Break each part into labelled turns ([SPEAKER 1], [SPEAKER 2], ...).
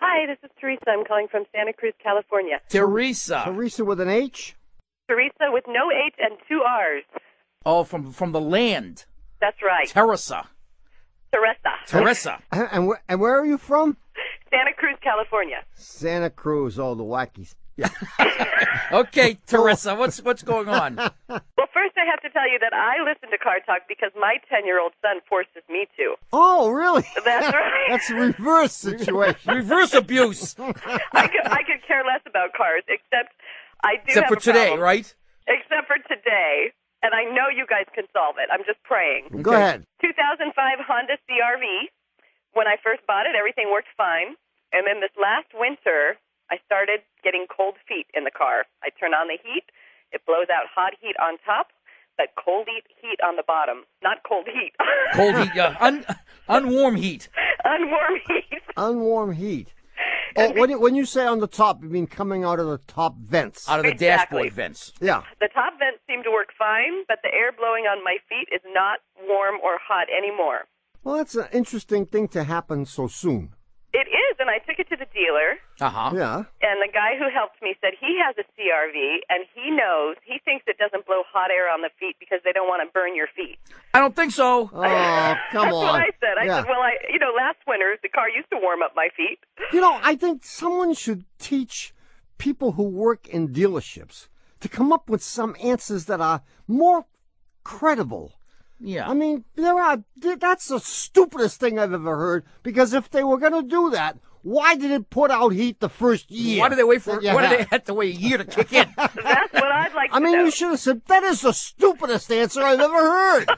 [SPEAKER 1] Hi, this is Teresa. I'm calling from Santa Cruz, California.
[SPEAKER 2] Teresa.
[SPEAKER 3] Teresa with an H.
[SPEAKER 1] Teresa with no H and two R's.
[SPEAKER 2] Oh, from from the land.
[SPEAKER 1] That's right.
[SPEAKER 2] Teresa.
[SPEAKER 1] Teresa.
[SPEAKER 2] Teresa.
[SPEAKER 3] And, and, where- and where are you from?
[SPEAKER 1] Santa Cruz, California.
[SPEAKER 3] Santa Cruz. Oh, the wackies.
[SPEAKER 2] Okay, Teresa. What's what's going on?
[SPEAKER 1] Well, first I have to tell you that I listen to Car Talk because my 10-year-old son forces me to.
[SPEAKER 3] Oh, really?
[SPEAKER 1] That's right.
[SPEAKER 3] That's a reverse situation.
[SPEAKER 2] Reverse abuse.
[SPEAKER 1] I could, I could care less about cars, except I do have
[SPEAKER 2] Except for
[SPEAKER 1] a
[SPEAKER 2] today,
[SPEAKER 1] problem.
[SPEAKER 2] right?
[SPEAKER 1] Except for today, and I know you guys can solve it. I'm just praying.
[SPEAKER 3] Go ahead.
[SPEAKER 1] 2005 Honda CRV. When I first bought it, everything worked fine. And then this last winter, I started getting cold feet in the car. I turn on the heat, it blows out hot heat on top, but cold heat heat on the bottom. Not cold heat,
[SPEAKER 2] Cold heat. Uh, un, unwarm heat.
[SPEAKER 1] unwarm heat.
[SPEAKER 3] Unwarm heat. Oh, when you, when you say on the top, you mean coming out of the top vents.
[SPEAKER 2] Out of the
[SPEAKER 1] Exactly.
[SPEAKER 2] dashboard vents.
[SPEAKER 3] yeah.
[SPEAKER 1] The top vents seem to work fine, but the air blowing on my feet is not warm or hot anymore.
[SPEAKER 3] Well, that's an interesting thing to happen so soon.
[SPEAKER 1] It is, and I took it to the dealer.
[SPEAKER 2] Uh huh.
[SPEAKER 3] Yeah.
[SPEAKER 1] And the guy who helped me said he has a CRV and he knows, he thinks it doesn't blow hot air on the feet because they don't want to burn your feet.
[SPEAKER 2] I don't think so.
[SPEAKER 3] Oh, come
[SPEAKER 1] That's
[SPEAKER 3] on.
[SPEAKER 1] what I said. I
[SPEAKER 3] yeah.
[SPEAKER 1] said, well, I, you know, last winter the car used to warm up my feet.
[SPEAKER 3] You know, I think someone should teach people who work in dealerships to come up with some answers that are more credible.
[SPEAKER 2] yeah.
[SPEAKER 3] I mean, there are th- that's the stupidest thing I've ever heard because if they were going to do that, why did it put out heat the first year?
[SPEAKER 2] why do they wait for?
[SPEAKER 3] that you
[SPEAKER 2] Why do they
[SPEAKER 3] had?
[SPEAKER 2] have to wait a year to kick in?
[SPEAKER 1] That's what I'd like
[SPEAKER 3] I
[SPEAKER 1] to
[SPEAKER 3] mean,
[SPEAKER 1] know.
[SPEAKER 3] you should have said that is the stupidest answer I've ever heard.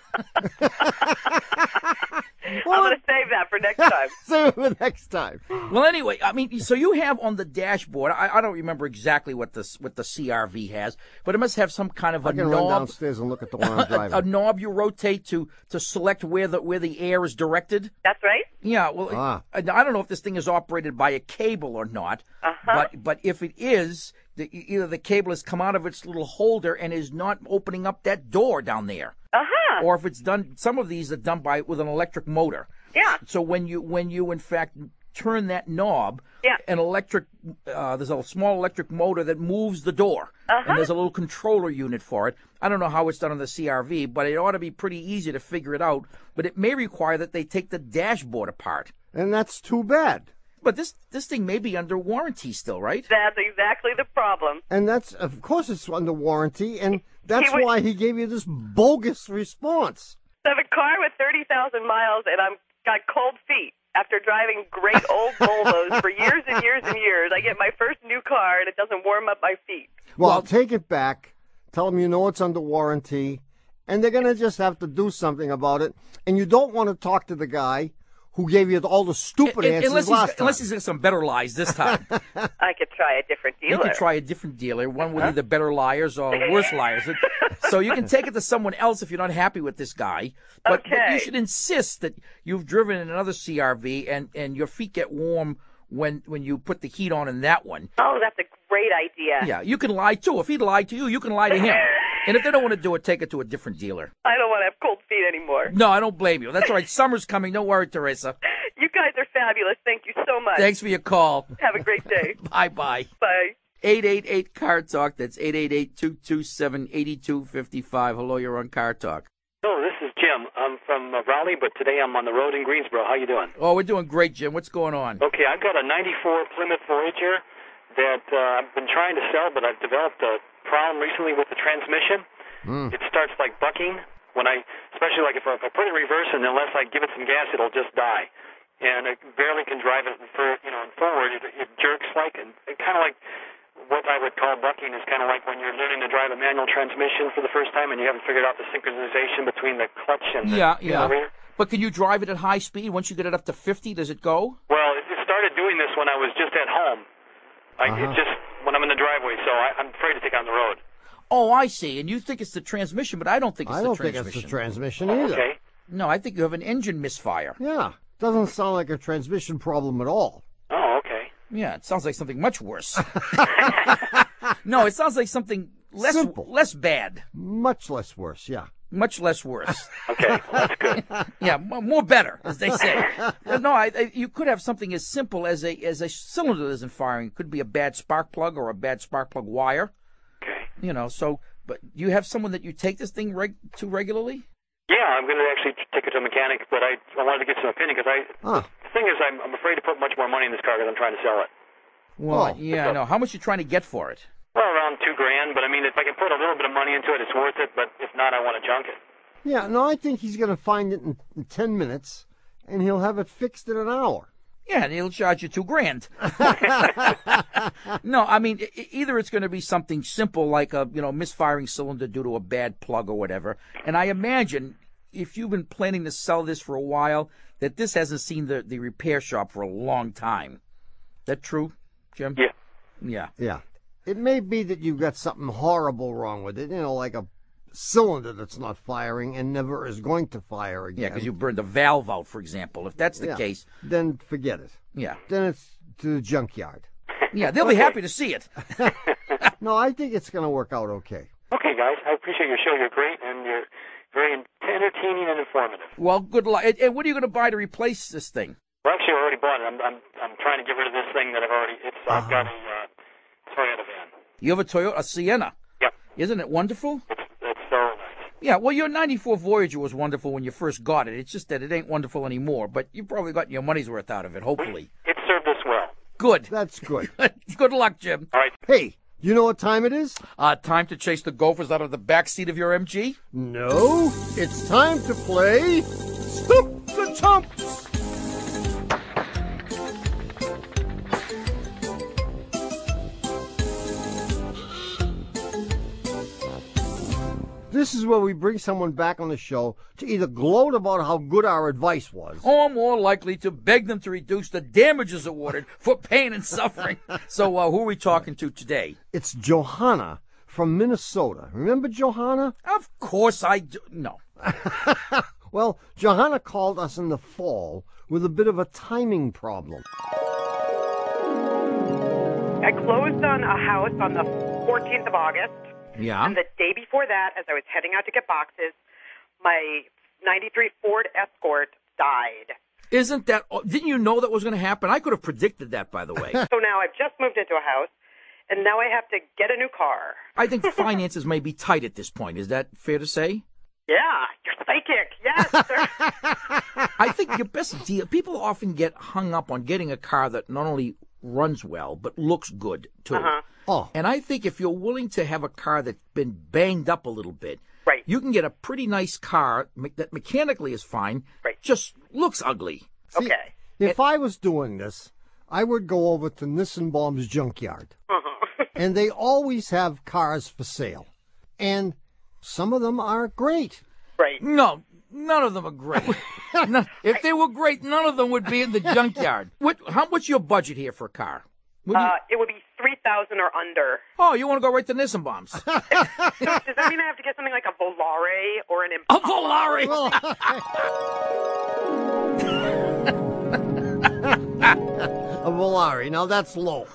[SPEAKER 1] I'm
[SPEAKER 3] well,
[SPEAKER 1] going to save that for next time.
[SPEAKER 3] save it for next time.
[SPEAKER 2] Well, anyway, I mean, so you have on the dashboard. I, I don't remember exactly what this what the CRV has, but it must have some kind of a
[SPEAKER 3] I can run
[SPEAKER 2] knob,
[SPEAKER 3] downstairs and look at the one I'm
[SPEAKER 2] a, a
[SPEAKER 3] driving.
[SPEAKER 2] knob you rotate to to select where the where the air is directed.
[SPEAKER 1] That's right.
[SPEAKER 2] Yeah, well,
[SPEAKER 3] Ah.
[SPEAKER 2] I, I don't know if this thing is operated by a cable or not,
[SPEAKER 1] Uh-huh.
[SPEAKER 2] but but if it is, the, e, either the cable has come out of its little holder and is not opening up that door down there,
[SPEAKER 1] Uh huh.
[SPEAKER 2] or if it's done. Some of these are done by with an electric motor.
[SPEAKER 1] Yeah.
[SPEAKER 2] So when you when you in fact turn that knob,
[SPEAKER 1] Yeah.
[SPEAKER 2] an electric uh, there's a small electric motor that moves the door,
[SPEAKER 1] Uh-huh.
[SPEAKER 2] and there's a little controller unit for it. I don't know how it's done on the CRV, but it ought to be pretty easy to figure it out. But it may require that they take the dashboard apart.
[SPEAKER 3] And that's too bad.
[SPEAKER 2] But this this thing may be under warranty still, right?
[SPEAKER 1] That's exactly the problem.
[SPEAKER 3] And that's, of course, it's under warranty, and that's
[SPEAKER 1] would-
[SPEAKER 3] why he gave you this bogus response.
[SPEAKER 1] So I have a car with 30,000 miles and I'm got cold feet. After driving great old Volvos for years and years and years, I get my first new car and it doesn't warm up my feet.
[SPEAKER 3] Well, take it back. Tell them you know it's under warranty, and they're going to just have to do something about it. And you don't want to talk to the guy who gave you all the stupid
[SPEAKER 2] Un-
[SPEAKER 3] answers
[SPEAKER 2] unless
[SPEAKER 3] last
[SPEAKER 2] he's,
[SPEAKER 3] time.
[SPEAKER 2] unless he's got some better lies this time.
[SPEAKER 1] I could try a different
[SPEAKER 2] you
[SPEAKER 1] dealer.
[SPEAKER 2] could try a different dealer, one with either better liars or worse liars. so you can take it to someone else if you're not happy with this guy. But, but you
[SPEAKER 1] Okay.
[SPEAKER 2] should insist that you've driven in another CRV and, and your feet get warm when when you put the heat on in that one.
[SPEAKER 1] Oh, that's a great idea.
[SPEAKER 2] Yeah, you can lie too. If he lied to you, you can lie to him. And if they don't want to do it, take it to a different dealer.
[SPEAKER 1] I don't want to have cold feet anymore.
[SPEAKER 2] No, I don't blame you. That's all right. Summer's coming. Don't worry, Teresa.
[SPEAKER 1] You guys are fabulous. Thank you so much.
[SPEAKER 2] Thanks for your call.
[SPEAKER 1] Have a great day.
[SPEAKER 2] Bye bye.
[SPEAKER 1] Bye.
[SPEAKER 2] 888 Car Talk. That's 888 227 8255. Hello, you're on Car Talk.
[SPEAKER 4] Hello, this is Jim. I'm from uh, Raleigh, but today I'm on the road in Greensboro. How you doing?
[SPEAKER 2] Oh, we're doing great, Jim. What's going on?
[SPEAKER 4] Okay, I've got a 94 Plymouth Voyager that uh, I've been trying to sell, but I've developed a problem recently with the transmission.
[SPEAKER 3] Mm.
[SPEAKER 4] It starts like bucking when I, especially like if I, if I put it in reverse, and unless I give it some gas, it'll just die. And I barely can drive it for you know and forward. It, it jerks like and kind of like what I would call bucking is kind of like when you're learning to drive a manual transmission for the first time and you haven't figured out the synchronization between the clutch and the
[SPEAKER 2] Yeah, yeah.
[SPEAKER 4] accelerator.
[SPEAKER 2] But can you drive it at high speed? Once you get it up to 50, does it go?
[SPEAKER 4] Well, it it started doing this when I was just at home. I, It
[SPEAKER 2] Uh-huh.
[SPEAKER 4] just when I'm in the driveway, so I, I'm afraid to take it on the road.
[SPEAKER 2] Oh, I see. And you think it's the transmission, but I don't think it's
[SPEAKER 3] I
[SPEAKER 2] the
[SPEAKER 3] don't think
[SPEAKER 2] transmission.
[SPEAKER 3] it's the transmission either.
[SPEAKER 4] Okay.
[SPEAKER 2] no, I think you have an engine misfire.
[SPEAKER 3] Yeah, doesn't sound like a transmission problem at all.
[SPEAKER 4] Oh, okay.
[SPEAKER 2] Yeah, it sounds like something much worse. no, it sounds like something less
[SPEAKER 3] Simple.
[SPEAKER 2] less bad.
[SPEAKER 3] Much less worse. Yeah.
[SPEAKER 2] much less worse.
[SPEAKER 4] Okay, that's good.
[SPEAKER 2] yeah, mo- more better, as they say. Uh, no, I, I, you could have something as simple as a as a cylinder that isn't firing. It could be a bad spark plug or a bad spark plug wire.
[SPEAKER 4] Okay.
[SPEAKER 2] You know, so but you have someone that you take this thing reg- to regularly.
[SPEAKER 4] Yeah, I'm going to actually take it to a mechanic, but I, I wanted to get some opinion because I.
[SPEAKER 3] Huh.
[SPEAKER 4] The thing is, I'm, I'm afraid to put much more money in this car because I'm trying to sell it.
[SPEAKER 3] Well,
[SPEAKER 2] Yeah, I know. How much you trying to get for it?
[SPEAKER 4] Well, around two grand, but I mean, if I can put a little bit of money into it, it's worth it. But if not, I want to junk it.
[SPEAKER 3] yeah, no, I think he's going to find it in, in 10 minutes and he'll have it fixed in an hour.
[SPEAKER 2] Yeah, and he'll charge you two grand. no, I mean e- either it's going to be something simple like a you know misfiring cylinder due to a bad plug or whatever. And I imagine if you've been planning to sell this for a while, that this hasn't seen the the repair shop for a long time. That true, Jim?
[SPEAKER 4] Yeah.
[SPEAKER 2] Yeah.
[SPEAKER 3] Yeah. It may be that you've got something horrible wrong with it, you know, like a cylinder that's not firing and never is going to fire again.
[SPEAKER 2] Yeah, because you burned the valve out, for example. If that's the
[SPEAKER 3] Yeah.
[SPEAKER 2] case,
[SPEAKER 3] Then forget it.
[SPEAKER 2] yeah,
[SPEAKER 3] Then it's to the junkyard.
[SPEAKER 2] yeah, they'll be happy to see it.
[SPEAKER 3] No, I think it's going to work out okay.
[SPEAKER 4] Okay, guys, I appreciate your show. You're great, and you're very en- entertaining and informative.
[SPEAKER 2] Well, good luck. And, and what are you going to buy to replace this thing?
[SPEAKER 4] Well, actually, I already bought it. I'm I'm I'm trying to get rid of this thing that I've already. It's
[SPEAKER 2] Ah.
[SPEAKER 4] I've got a uh, Toyota van.
[SPEAKER 2] You have a Toyota a Sienna,
[SPEAKER 4] Yep,
[SPEAKER 2] isn't it wonderful?
[SPEAKER 4] it's it's so nice.
[SPEAKER 2] Yeah, well, your 94 Voyager was wonderful when you first got it. It's just that it ain't wonderful anymore, but you probably got your money's worth out of it, hopefully.
[SPEAKER 4] It served us well.
[SPEAKER 2] Good.
[SPEAKER 3] That's good.
[SPEAKER 2] Good luck, Jim.
[SPEAKER 4] All right,
[SPEAKER 3] hey, you know what time it is?
[SPEAKER 2] Uh, time to chase the gophers out of the back seat of your MG?
[SPEAKER 3] No, it's time to play Stump the Chumps. This is where we bring someone back on the show to either gloat about how good our advice was.
[SPEAKER 2] Or more likely to beg them to reduce the damages awarded for pain and suffering. so, uh, who are we talking to today?
[SPEAKER 3] It's Johanna from Minnesota. Remember Johanna?
[SPEAKER 2] Of course I do. No.
[SPEAKER 3] Well, Johanna called us in the fall with a bit of a timing problem.
[SPEAKER 5] I closed on a house on the 14th of August,
[SPEAKER 2] Yeah.
[SPEAKER 5] and the day before that, as I was heading out to get boxes, my 93 Ford Escort died.
[SPEAKER 2] Isn't that. oh, Didn't you know that was going to happen? I could have predicted that, by the way.
[SPEAKER 5] So now I've just moved into a house, and now I have to get a new car.
[SPEAKER 2] I think finances may be tight at this point. Is that fair to say?
[SPEAKER 5] Yeah, you're psychic. Yes, sir.
[SPEAKER 2] I think your best deal. People often get hung up on getting a car that not only runs well but looks good too.
[SPEAKER 5] Uh-huh.
[SPEAKER 3] Oh,
[SPEAKER 2] And I think if you're willing to have a car that's been banged up a little bit,
[SPEAKER 5] Right.
[SPEAKER 2] you can get a pretty nice car me- that mechanically is fine,
[SPEAKER 5] Right.
[SPEAKER 2] just looks ugly.
[SPEAKER 3] See,
[SPEAKER 5] Okay.
[SPEAKER 3] If I was doing this, I would go over to Nissenbaum's junkyard. and they always have cars for sale. And some of them are great.
[SPEAKER 5] right.
[SPEAKER 2] No, none of them are great. No, if they were great, none of them would be in the junkyard. What? How? What's your budget here for a car? What do you-
[SPEAKER 5] Uh, it would be 3000 or under.
[SPEAKER 2] oh, you want to go right to Nissenbaums?
[SPEAKER 5] Does that mean I have to get something like a Volare or an Impala?
[SPEAKER 2] a Volare.
[SPEAKER 3] A Volare. Now that's low.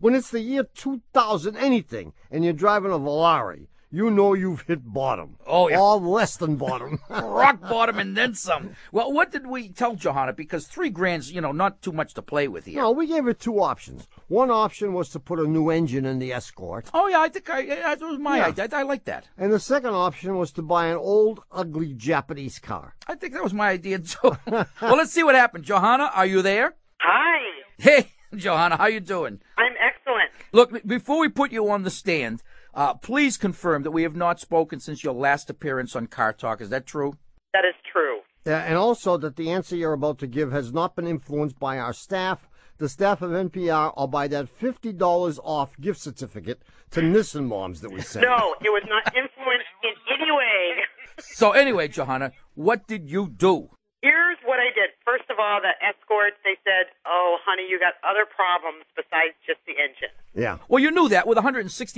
[SPEAKER 3] When it's the year 2000 anything and you're driving a Volare, you know you've hit bottom.
[SPEAKER 2] Oh, yeah.
[SPEAKER 3] Or less than bottom.
[SPEAKER 2] rock bottom and then some. Well, what did we tell Johanna? Because three grand's, you know, not too much to play with here.
[SPEAKER 3] no, we gave her two options. One option was to put a new engine in the Escort.
[SPEAKER 2] Oh yeah, I think I that was my
[SPEAKER 3] Yeah.
[SPEAKER 2] idea. I, I like that.
[SPEAKER 3] And the second option was to buy an old, ugly Japanese car.
[SPEAKER 2] I think that was my idea too. well, let's see what happened. Johanna, are you there?
[SPEAKER 5] Hi.
[SPEAKER 2] Hey, Johanna, how you doing?
[SPEAKER 5] I'm excellent.
[SPEAKER 2] Look, b- before we put you on the stand, uh, please confirm that we have not spoken since your last appearance on Car Talk. Is that true?
[SPEAKER 5] That is true.
[SPEAKER 3] Uh, and also that the answer you're about to give has not been influenced by our staff, the staff of NPR, or by that $50 off gift certificate to Nissen Moms that we sent.
[SPEAKER 5] No, it was not influenced in any way.
[SPEAKER 2] So anyway, Johanna, what did you do?
[SPEAKER 5] Here's what I did. First of all, the escorts, they said, oh, honey, you got other problems besides just the engine.
[SPEAKER 3] Yeah.
[SPEAKER 2] Well, you knew that with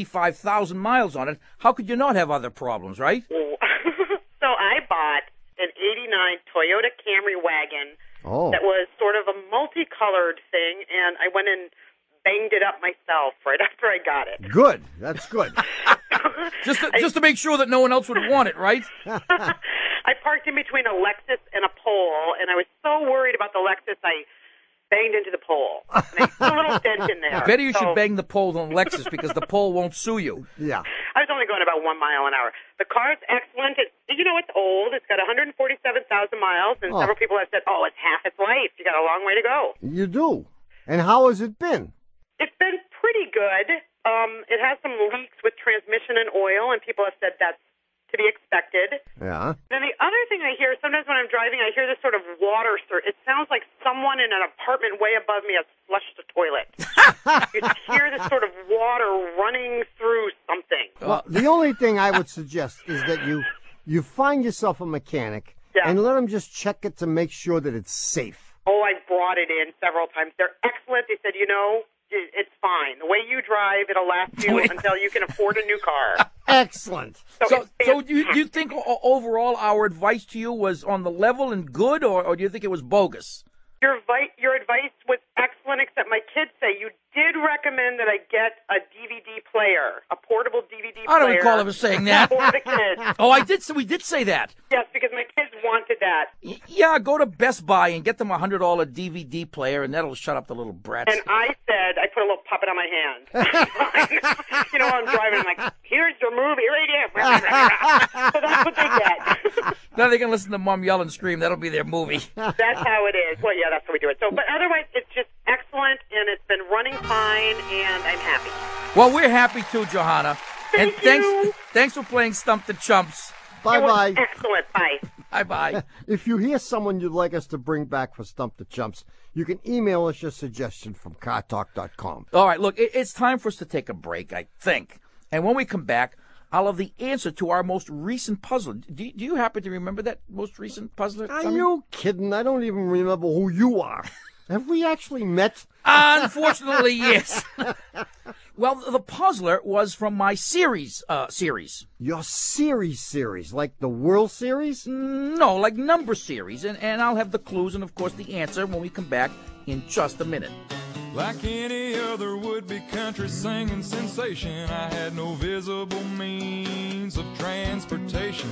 [SPEAKER 2] 165,000 miles on it. How could you not have other problems, right?
[SPEAKER 5] so I bought an 89 Toyota Camry wagon
[SPEAKER 3] Oh.
[SPEAKER 5] that was sort of a multicolored thing, and I went and banged it up myself right after I got it.
[SPEAKER 3] Good. That's good.
[SPEAKER 2] Just to, just to make sure that no one else would want it, right?
[SPEAKER 5] I parked in between a Lexus and a pole, and I was so worried about the Lexus, I banged into the pole. And I put a little dent in there. Oh.
[SPEAKER 2] Better you
[SPEAKER 5] So
[SPEAKER 2] should bang the pole than Lexus because the pole won't sue you.
[SPEAKER 3] yeah.
[SPEAKER 5] I was only going about one mile an hour. The car's excellent. It's, you know, it's old. It's got 147,000 miles, and
[SPEAKER 3] Oh.
[SPEAKER 5] several people have said, oh, it's half its life. You got a long way to go.
[SPEAKER 3] You do. And how has it been?
[SPEAKER 5] It's been pretty good. Um, it has some leaks with transmission and oil, and people have said that's to be expected.
[SPEAKER 3] Yeah.
[SPEAKER 5] Then the other thing I hear sometimes when I'm driving, I hear this sort of water sur. It sounds like someone in an apartment way above me has flushed a toilet. you hear this sort of water running through something.
[SPEAKER 2] Uh.
[SPEAKER 3] Well, the only thing I would suggest is that you you find yourself a mechanic
[SPEAKER 5] Yeah.
[SPEAKER 3] and let him just check it to make sure that it's safe.
[SPEAKER 5] Oh, I brought it in several times. They're excellent. They said, you know, i- it's fine. The way you drive, it'll last you until you can afford a new car.
[SPEAKER 3] Excellent.
[SPEAKER 2] So,
[SPEAKER 5] it's
[SPEAKER 2] so do you, do you think o- overall our advice to you was on the level and good, or, or do you think it was bogus?
[SPEAKER 5] Your, vi- your advice was excellent, except my kids say you did recommend that I get a DVD player, a portable DVD player.
[SPEAKER 2] I don't recall ever saying that.
[SPEAKER 5] For the kids.
[SPEAKER 2] Oh, I did. say we did say that.
[SPEAKER 5] yes, because my kids wanted that.
[SPEAKER 2] Y- Yeah, go to Best Buy and get them a hundred dollar DVD player, and that'll shut up the little brats.
[SPEAKER 5] And I said, I put a little puppet on my hand. you know, I'm driving, I'm like, here's your movie right here. so that's what they get.
[SPEAKER 2] Now they can listen to mom yell and scream. That'll be their movie.
[SPEAKER 5] That's how it is. Well, yeah, that's how we do it. So, but otherwise, it's just excellent, and it's been running fine, and I'm happy.
[SPEAKER 2] Well, we're happy too, Johanna. and
[SPEAKER 5] Thank
[SPEAKER 2] thanks,
[SPEAKER 5] you.
[SPEAKER 2] thanks for playing Stump the Chumps.
[SPEAKER 3] Bye
[SPEAKER 5] It was
[SPEAKER 3] bye.
[SPEAKER 5] Excellent. Bye.
[SPEAKER 2] Bye bye.
[SPEAKER 3] If you hear someone you'd like us to bring back for Stump the Chumps, you can email us your suggestion from cartalk.com.
[SPEAKER 2] All right, look, it, it's time for us to take a break, I think. And when we come back, I'll have the answer to our most recent puzzle. Do, do you happen to remember that most recent puzzle?
[SPEAKER 3] Are
[SPEAKER 2] Tommy?
[SPEAKER 3] you kidding? I don't even remember who you are. Have we actually met?
[SPEAKER 2] Unfortunately, yes. well, the puzzler was from my series. Uh, series.
[SPEAKER 3] Your series series, like the World Series?
[SPEAKER 2] No, like number series. And, and I'll have the clues and, of course, the answer when we come back in just a minute.
[SPEAKER 6] Like any other would be country singing sensation, I had no visible means of transportation.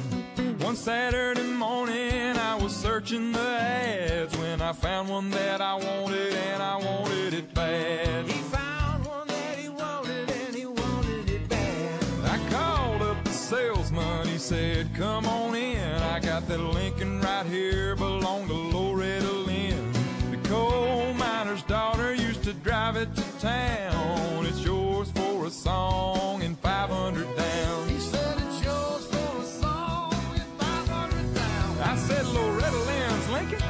[SPEAKER 6] One Saturday morning, I was searching the ads when I found one that I wanted, and I wanted it bad. He found one that he wanted, and he wanted it bad. I called up the salesman, he said, Come on in. I got that Lincoln right here, belonged to Loretta Lynn. The coal miner's daughter used to drive it to town. It's yours for a song and 500 down. He said it's yours for a song and 500 down. I said Loretta Lynn's Lincoln.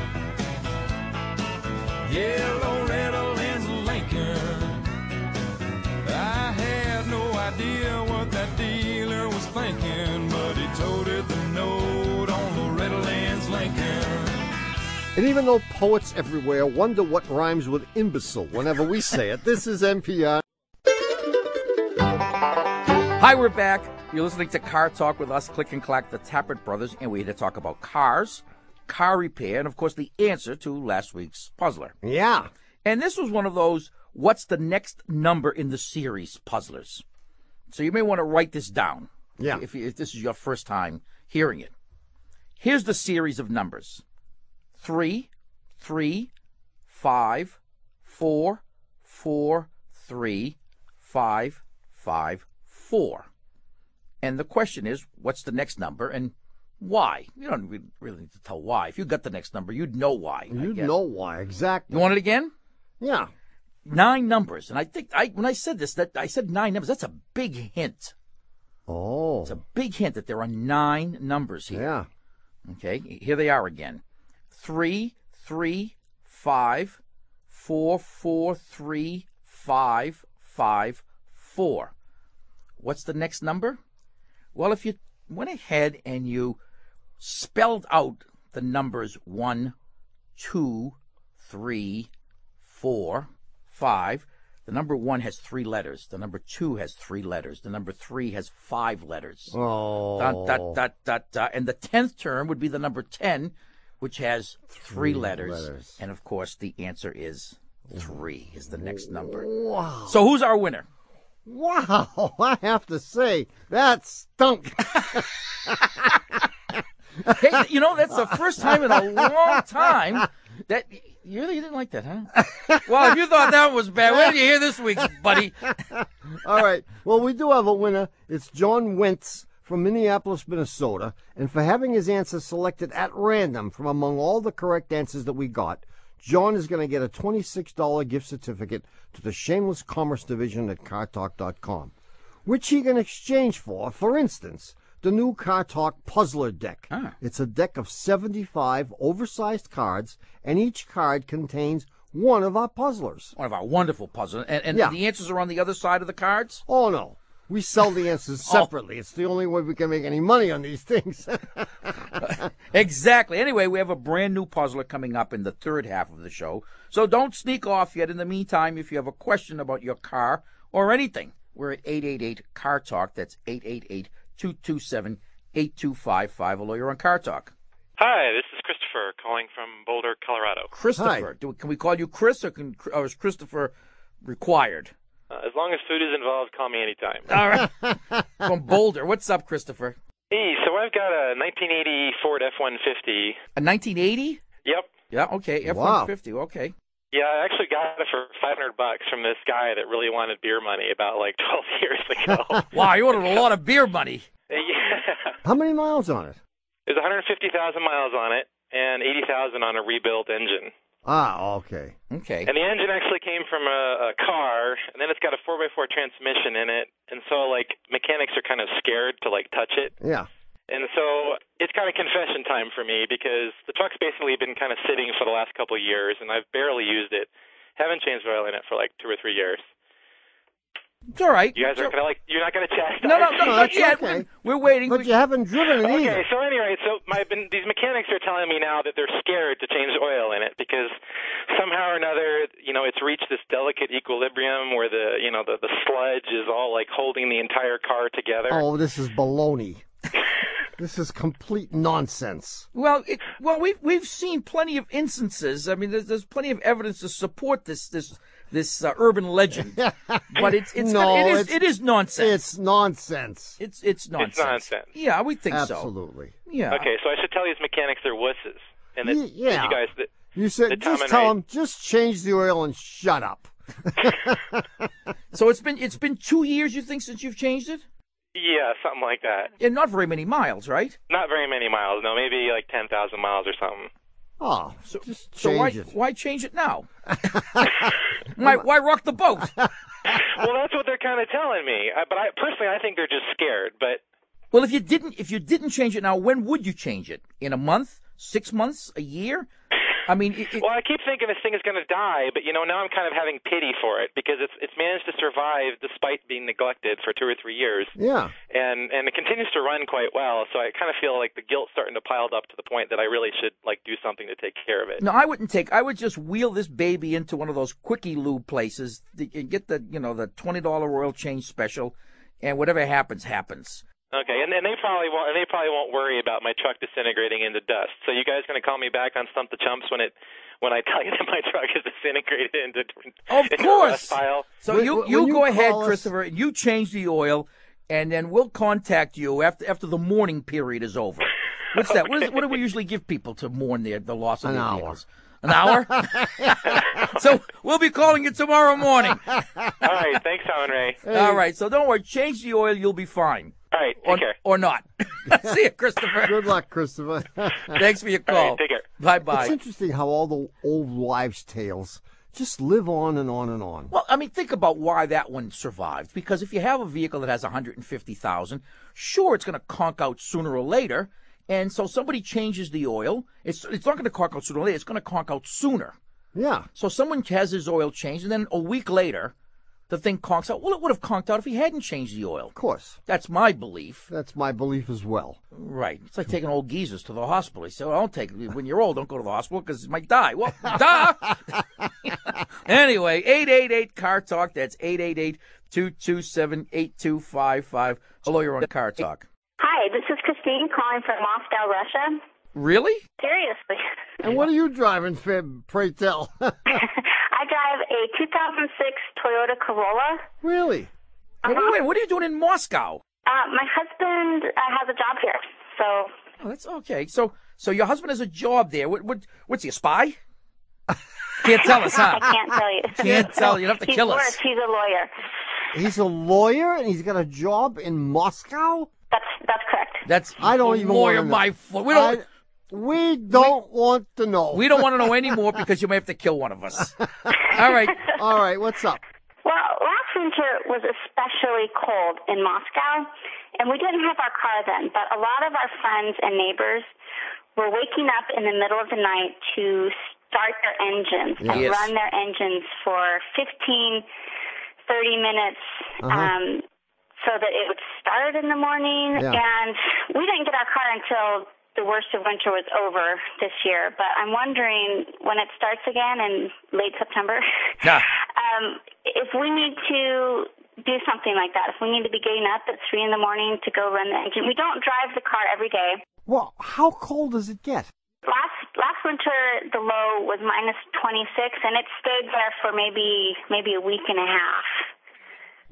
[SPEAKER 6] Yeah, Loretta Lynn's Lincoln. I had no idea what that dealer was thinking, but he toted the note on Loretta Lynn's Lincoln.
[SPEAKER 3] And even though poets everywhere wonder what rhymes with imbecile whenever we say it, this is NPR.
[SPEAKER 2] Hi, we're back. You're listening to Car Talk with us, Click and Clack, the Tappert brothers, and we're here to talk about cars, car repair, and of course the answer to last week's puzzler.
[SPEAKER 3] Yeah.
[SPEAKER 2] And this was one of those what's the next number in the series puzzlers. So you may want to write this down.
[SPEAKER 3] Yeah.
[SPEAKER 2] If, if this is your first time hearing it. Here's the series of numbers three, three, five, four, four, three, five, five, four. And the question is, what's the next number and why? You don't re- really need to tell why. If you got the next number, you'd know why. I
[SPEAKER 3] You
[SPEAKER 2] guess.
[SPEAKER 3] know why, exactly.
[SPEAKER 2] You want it again?
[SPEAKER 3] Yeah.
[SPEAKER 2] nine numbers, and I think I when I said this that I said nine numbers. That's a big hint.
[SPEAKER 3] Oh.
[SPEAKER 2] It's a big hint that there are nine numbers here.
[SPEAKER 3] Yeah.
[SPEAKER 2] Okay, here they are again: three, three, five, four, four, three, five, five, four. What's the next number? Well, if you went ahead and you spelled out the numbers one, two, three, four, five. The number one has three letters. The number two has three letters. The number three has five letters
[SPEAKER 3] Oh.
[SPEAKER 2] dot, dot, dot, dot, dot. uh, And the tenth term would be the number ten, which has three, letters.
[SPEAKER 3] letters.
[SPEAKER 2] And of course, the answer is three is the next number.
[SPEAKER 3] Wow.
[SPEAKER 2] So who's our winner?
[SPEAKER 3] Wow. I have to say, that stunk.
[SPEAKER 2] Hey, you know that's the first time in a long time that you really didn't like that, huh? Well, if you thought that was bad, what did you hear this week, buddy?
[SPEAKER 3] All right. Well, we do have a winner. It's John Wentz from Minneapolis, Minnesota. And for having his answer selected at random from among all the correct answers that we got, John is going to get a $26 gift certificate to the Shameless Commerce Division at CarTalk.com, which he can exchange for, for instance, the new Car Talk Puzzler deck.
[SPEAKER 2] Ah.
[SPEAKER 3] It's a deck of 75 oversized cards, and each card contains one of our puzzlers.
[SPEAKER 2] One of our wonderful puzzles, and, and
[SPEAKER 3] Yeah.
[SPEAKER 2] the answers are on the other side of the cards. Oh.
[SPEAKER 3] Oh no. We sell the answers separately. It's the only way we can make any money on these things.
[SPEAKER 2] Exactly. Anyway, we have a brand new puzzler coming up in the third half of the show. So don't sneak off yet. In the meantime, if you have a question about your car or anything, we're at 888 Car Talk. That's 888 227 8255. Although you're on Car Talk.
[SPEAKER 7] Hi, this is Christopher calling from Boulder, Colorado.
[SPEAKER 2] Christopher. Do, can we call you Chris or, can, or is Christopher required?
[SPEAKER 7] Uh, as long as food is involved, call me anytime.
[SPEAKER 2] All right. From Boulder. What's up, Christopher?
[SPEAKER 7] Hey, so I've got a 1980 Ford F-150.
[SPEAKER 2] A 1980?
[SPEAKER 7] Yep.
[SPEAKER 2] Yeah, okay. F
[SPEAKER 3] Wow.
[SPEAKER 2] 150. Okay.
[SPEAKER 7] Yeah, I actually got it for 500 bucks from this guy that really wanted beer money about like 12 years ago.
[SPEAKER 2] Wow, you ordered a lot of beer money.
[SPEAKER 7] yeah.
[SPEAKER 3] How many miles on it?
[SPEAKER 7] There's 150,000 miles on it and 80,000 on a rebuilt engine.
[SPEAKER 3] Ah, okay.
[SPEAKER 2] Okay.
[SPEAKER 7] And the engine actually came from a, a car, and then it's got a 4x4 transmission in it, and so like mechanics are kind of scared to like touch it.
[SPEAKER 3] Yeah.
[SPEAKER 7] And so it's kind of confession time for me because the truck's basically been kind of sitting for the last couple of years, and I've barely used it. Haven't changed oil in it for like two or three years.
[SPEAKER 2] It's all right.
[SPEAKER 7] You guys
[SPEAKER 2] So-
[SPEAKER 7] are kind of like you're not going to chastise.
[SPEAKER 2] No, no,
[SPEAKER 7] me.
[SPEAKER 2] no,
[SPEAKER 3] No,
[SPEAKER 2] not
[SPEAKER 3] that's
[SPEAKER 2] yet.
[SPEAKER 3] okay.
[SPEAKER 2] We're, we're waiting.
[SPEAKER 3] But
[SPEAKER 2] We-
[SPEAKER 3] you haven't driven it
[SPEAKER 7] Okay,
[SPEAKER 3] either.
[SPEAKER 7] so anyway, so my been, these mechanics are telling me now that they're scared to change oil in it because somehow or another, you know, it's reached this delicate equilibrium where the you know the the sludge is all like holding the entire car together.
[SPEAKER 3] Oh, this is baloney. this is complete nonsense.
[SPEAKER 2] well, it, well, we've we've seen plenty of instances. I mean, there's, there's plenty of evidence to support this this this uh, urban legend. But it's it's
[SPEAKER 3] No,
[SPEAKER 2] it is
[SPEAKER 3] it's-
[SPEAKER 2] it is nonsense.
[SPEAKER 3] It's nonsense.
[SPEAKER 2] It's it's nonsense.
[SPEAKER 7] nonsense.
[SPEAKER 2] Yeah, we think so.
[SPEAKER 3] Absolutely.
[SPEAKER 2] Yeah.
[SPEAKER 7] Okay, so I should tell these mechanics they're wusses, and that,
[SPEAKER 3] Y- yeah.
[SPEAKER 7] that you guys that
[SPEAKER 3] You
[SPEAKER 7] The
[SPEAKER 3] said just
[SPEAKER 7] Tom and
[SPEAKER 3] tell
[SPEAKER 7] Ray-
[SPEAKER 3] him just change the oil and shut up.
[SPEAKER 2] So it's been it's been two years. You think since you've changed it,
[SPEAKER 7] yeah, something like that.
[SPEAKER 2] and not very many miles, right?
[SPEAKER 7] Not very many miles, no, maybe like ten thousand miles or something.
[SPEAKER 3] Oh,
[SPEAKER 2] So
[SPEAKER 3] just change
[SPEAKER 2] so why
[SPEAKER 3] it.
[SPEAKER 2] why change it now?
[SPEAKER 3] Mm.
[SPEAKER 2] why why rock the boat?
[SPEAKER 7] well, that's what they're kind of telling me. I, but I personally, I think they're just scared. But
[SPEAKER 2] Well, if you didn't, if you didn't change it now, when would you change it? In a month, six months, a year? I mean, it, it,
[SPEAKER 7] Well, I keep thinking this thing is going to die, but you know now I'm kind of having pity for it because it's it's managed to survive despite being neglected for two or three years,
[SPEAKER 3] Yeah.
[SPEAKER 7] and and it continues to run quite well. So I kind of feel like the guilt's starting to pile up to the point that I really should like do something to take care of it.
[SPEAKER 2] no, I wouldn't take. I would just wheel this baby into one of those quickie lube places that you get the you know the twenty dollar oil change special, and whatever happens, happens.
[SPEAKER 7] Okay, and, and they probably won't and they probably won't worry about my truck disintegrating into dust. So you guys going to call me back on stump the chumps when it when I tell you that my truck is disintegrated into
[SPEAKER 2] Of
[SPEAKER 7] into a
[SPEAKER 2] course.
[SPEAKER 7] rust pile?
[SPEAKER 2] So
[SPEAKER 3] When-
[SPEAKER 2] you
[SPEAKER 3] when
[SPEAKER 2] you
[SPEAKER 3] you
[SPEAKER 2] go ahead,
[SPEAKER 3] call us-
[SPEAKER 2] Christopher, and you change the oil, and then we'll contact you after after the mourning period is over. What's that? What, is, what do we usually give people to mourn their the loss of
[SPEAKER 3] An
[SPEAKER 2] their
[SPEAKER 3] hour.
[SPEAKER 2] vehicles? An hour. so we'll be calling you tomorrow morning.
[SPEAKER 7] All right, thanks, Alan Ray.
[SPEAKER 2] All right, so don't worry. Change the oil, you'll be fine.
[SPEAKER 7] All right, take
[SPEAKER 2] Or,
[SPEAKER 7] care.
[SPEAKER 2] or not. See you, Christopher.
[SPEAKER 3] Good luck, Christopher.
[SPEAKER 2] Thanks for your
[SPEAKER 7] right,
[SPEAKER 2] call.
[SPEAKER 7] take care.
[SPEAKER 2] Bye
[SPEAKER 3] It's
[SPEAKER 2] bye.
[SPEAKER 3] interesting how all the old wives' tales just live on and on and on.
[SPEAKER 2] Well, I mean, think about why that one survived. Because if you have a vehicle that has 150,000, sure, it's going to conk out sooner or later. And so somebody changes the oil. It's it's not going to conk out sooner or later. It's going to conk out sooner.
[SPEAKER 3] Yeah.
[SPEAKER 2] So someone has his oil changed, and then a week later, the thing conks out. Well, it would have conked out if he hadn't changed the oil.
[SPEAKER 3] Of course.
[SPEAKER 2] That's my belief.
[SPEAKER 3] That's my belief as well.
[SPEAKER 2] Right. It's like taking old geezers to the hospital. He said, well, don't take, when you're old, don't go to the hospital because you might die. Well, duh. anyway, 888 Car Talk. That's 888 227 8255. Hello, you're on Car Talk.
[SPEAKER 8] Hi, this is Christine calling from Moscow, Russia.
[SPEAKER 2] Really?
[SPEAKER 8] Seriously,
[SPEAKER 3] And what are you driving, Fib? Pray tell.
[SPEAKER 8] I
[SPEAKER 9] I drive a 2006 Toyota Corolla.
[SPEAKER 3] Really?
[SPEAKER 8] Uh-huh.
[SPEAKER 2] Wait, wait, wait, what are you doing in Moscow?
[SPEAKER 9] Uh, my husband uh, has a job here, so
[SPEAKER 2] Oh, that's okay. So, so your husband has a job there. What, what, what's he, a spy? Can't tell us,
[SPEAKER 9] I
[SPEAKER 2] huh?
[SPEAKER 9] can't tell you.
[SPEAKER 2] Can't tell you. You'd have to
[SPEAKER 9] he's
[SPEAKER 2] kill
[SPEAKER 9] worse.
[SPEAKER 2] us.
[SPEAKER 9] He's a lawyer.
[SPEAKER 3] He's a lawyer and he's got a job in Moscow?
[SPEAKER 9] That's that's correct.
[SPEAKER 2] That's
[SPEAKER 3] I don't even
[SPEAKER 2] lawyer
[SPEAKER 3] wanna know.
[SPEAKER 2] my foot. We don't.
[SPEAKER 3] I- we don't want to know.
[SPEAKER 2] we don't want to know anymore because you may have to kill one of us. All right.
[SPEAKER 3] All right, what's up?
[SPEAKER 9] Well, last winter was especially cold in Moscow, and we didn't have our car then, but a lot of our friends and neighbors were waking up in the middle of the night to start their engines and
[SPEAKER 2] Yes.
[SPEAKER 9] run their engines for 15, 30 minutes.
[SPEAKER 3] Uh-huh.
[SPEAKER 9] Um, so that it would start in the morning,
[SPEAKER 3] Yeah.
[SPEAKER 9] and we didn't get our car until the worst of winter was over this year. But I'm wondering when it starts again in late September.
[SPEAKER 2] Yeah.
[SPEAKER 9] um, if we need to do something like that, if we need to be getting up at three in the morning to go run the engine, we don't drive the car every day.
[SPEAKER 3] Well, how cold does it get?
[SPEAKER 9] Last last winter, the low was minus 26, and it stayed there for maybe maybe a week and a half.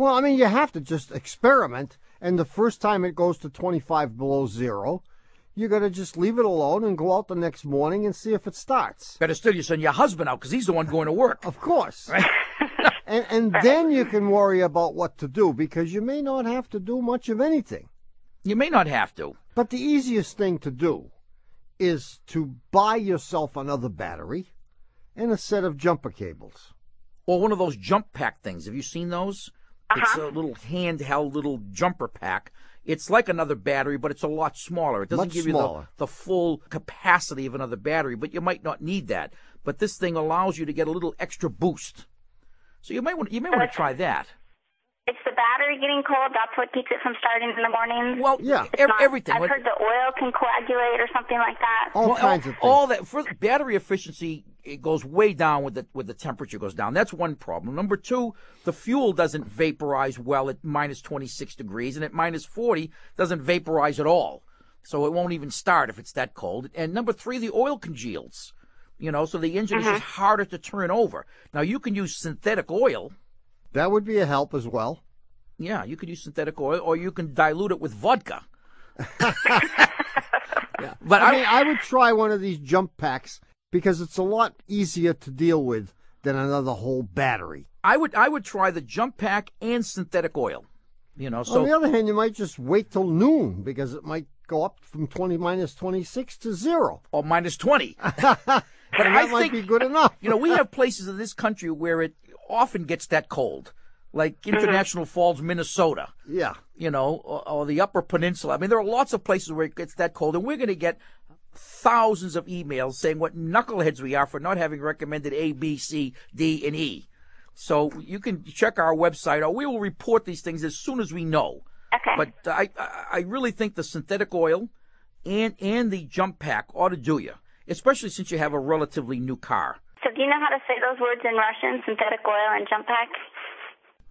[SPEAKER 3] Well, I mean, you have to just experiment, and the first time it goes to 25 below zero, you got to just leave it alone and go out the next morning and see if it starts.
[SPEAKER 2] Better still, you send your husband out because he's the one going to work.
[SPEAKER 3] Of course. and and then you can worry about what to do because you may not have to do much of anything.
[SPEAKER 2] You may not have to.
[SPEAKER 3] But the easiest thing to do is to buy yourself another battery and a set of jumper cables.
[SPEAKER 2] Or one of those jump pack things. Have you seen those?
[SPEAKER 3] Uh-huh.
[SPEAKER 2] It's a little handheld little jumper pack. It's like another battery, but it's a lot smaller. It doesn't
[SPEAKER 3] Much
[SPEAKER 2] give you
[SPEAKER 3] smaller.
[SPEAKER 2] the, the full capacity of another battery, but you might not need that. But this thing allows you to get a little extra boost. So you might want you may want to try that.
[SPEAKER 9] It's the battery getting cold. That's what keeps it from starting in the morning.
[SPEAKER 2] Well,
[SPEAKER 3] Yeah.
[SPEAKER 2] ev-
[SPEAKER 9] Not-
[SPEAKER 2] everything.
[SPEAKER 9] I've
[SPEAKER 2] What-
[SPEAKER 9] heard the oil can coagulate or something like that.
[SPEAKER 3] All
[SPEAKER 2] Well,
[SPEAKER 3] kinds of things.
[SPEAKER 2] all that for battery efficiency it goes way down with the with the temperature goes down. That's one problem. Number two, the fuel doesn't vaporize well at minus twenty six degrees, and at minus forty doesn't vaporize at all. So it won't even start if it's that cold. And number three, the oil congeals. You know, so the engine is just harder to turn over. Now you can use synthetic oil.
[SPEAKER 3] that would be a help as well.
[SPEAKER 2] Yeah, you could use synthetic oil, or you can dilute it with vodka. But
[SPEAKER 3] I
[SPEAKER 2] I-
[SPEAKER 3] mean, I would try one of these jump packs because it's a lot easier to deal with than another whole battery.
[SPEAKER 2] I would I would try the jump pack and synthetic oil. You know, so
[SPEAKER 3] On the other hand, you might just wait till noon because it might go up from 20 minus 26 to zero.
[SPEAKER 2] or minus 20. but
[SPEAKER 3] And
[SPEAKER 2] I
[SPEAKER 3] that might
[SPEAKER 2] think,
[SPEAKER 3] be good enough.
[SPEAKER 2] you know, we have places in this country where it often gets that cold, like International Falls, Minnesota,
[SPEAKER 3] Mm-hmm. yeah.
[SPEAKER 2] you know, or, or the Upper Peninsula. I mean, there are lots of places where it gets that cold, and we're going to get thousands of emails saying what knuckleheads we are for not having recommended A, B, C, D, and E. So you can check our website, or we will report these things as soon as we know.
[SPEAKER 9] Okay.
[SPEAKER 2] But uh, I, I I really think the synthetic oil and and the jump pack ought to do you, especially since you have a relatively new car.
[SPEAKER 9] so do you know how to say those words in Russian? Synthetic oil and jump pack.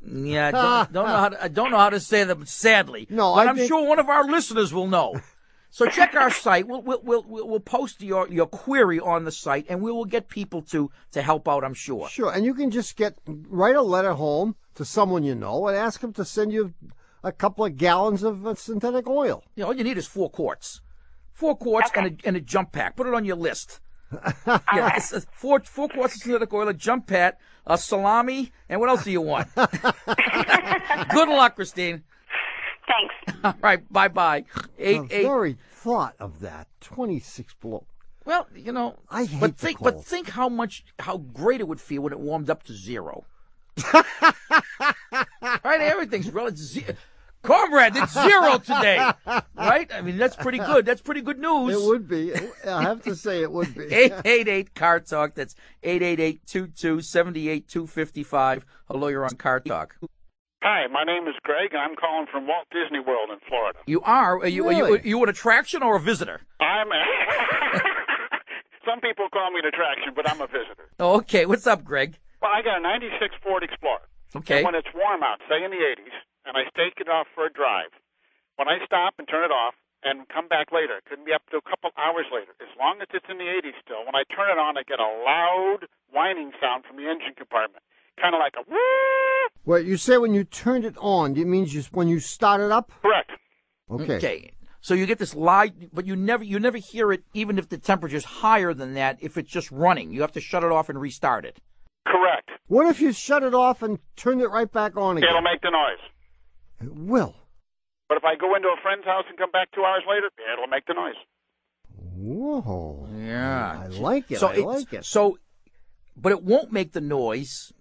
[SPEAKER 2] Yeah, I don't, don't know how to, I don't know how to say them. Sadly,
[SPEAKER 3] No,
[SPEAKER 2] but
[SPEAKER 3] I
[SPEAKER 2] am
[SPEAKER 3] think-
[SPEAKER 2] sure one of our listeners will know. So check our site. We'll we'll we'll, we'll we'll post your your query on the site, and we will get people to to help out. I'm sure.
[SPEAKER 3] Sure, and you can just get write a letter home to someone you know and ask them to send you a couple of gallons of uh, synthetic oil.
[SPEAKER 2] You know, all you need is four quarts, four quarts, and a and a jump pack. Put it on your list. yeah, it's, uh, four four quarts of synthetic oil, a jump pack, a salami, and what else do you want? Good luck, Christine.
[SPEAKER 9] Thanks.
[SPEAKER 2] All right, bye bye. Eight
[SPEAKER 3] The
[SPEAKER 2] eight.
[SPEAKER 3] very thought of that twenty six below.
[SPEAKER 2] Well, you know,
[SPEAKER 3] I hate
[SPEAKER 2] but
[SPEAKER 3] the
[SPEAKER 2] think, but
[SPEAKER 3] cold.
[SPEAKER 2] think how much, how great it would feel when it warmed up to zero. right, everything's relative. Ze- Comrade, it's zero today. Right? I mean, that's pretty good. That's pretty good news.
[SPEAKER 3] It would be. I have to say, it would be.
[SPEAKER 2] 888 Car Talk. That's 888 22 78 255. Hello, you're on Car Talk.
[SPEAKER 10] Hi, my name is Greg, and I'm calling from Walt Disney World in Florida.
[SPEAKER 2] You are, are you, are you,
[SPEAKER 3] Really?
[SPEAKER 2] are you an attraction or a visitor?
[SPEAKER 10] I'm a some people call me an attraction, but I'm a visitor.
[SPEAKER 2] Oh, okay. What's up, Greg?
[SPEAKER 10] Well, I got a '96 Ford Explorer.
[SPEAKER 2] Okay.
[SPEAKER 10] And when it's warm out, say in the 80s, and I take it off for a drive, when I stop and turn it off and come back later, it could be up to a couple hours later, as long as it's in the 80s still, when I turn it on, I get a loud whining sound from the engine compartment, kind of like a whoo.
[SPEAKER 3] Well, you say when you turned it on, it means you, when you start it up?
[SPEAKER 10] Correct.
[SPEAKER 3] Okay.
[SPEAKER 2] So you get this lie, but you never you never hear it, even if the temperature's higher than that. If it's just running, you have to shut it off and restart it.
[SPEAKER 10] Correct.
[SPEAKER 3] What if you shut it off and turned it right back on again?
[SPEAKER 10] It'll make the noise.
[SPEAKER 3] It will.
[SPEAKER 10] But if I go into a friend's house and come back two hours later, it'll make the noise.
[SPEAKER 3] Whoa.
[SPEAKER 2] Yeah,
[SPEAKER 3] I like it.
[SPEAKER 2] So
[SPEAKER 3] I
[SPEAKER 2] it's-
[SPEAKER 3] like it.
[SPEAKER 2] So, but it won't make the noise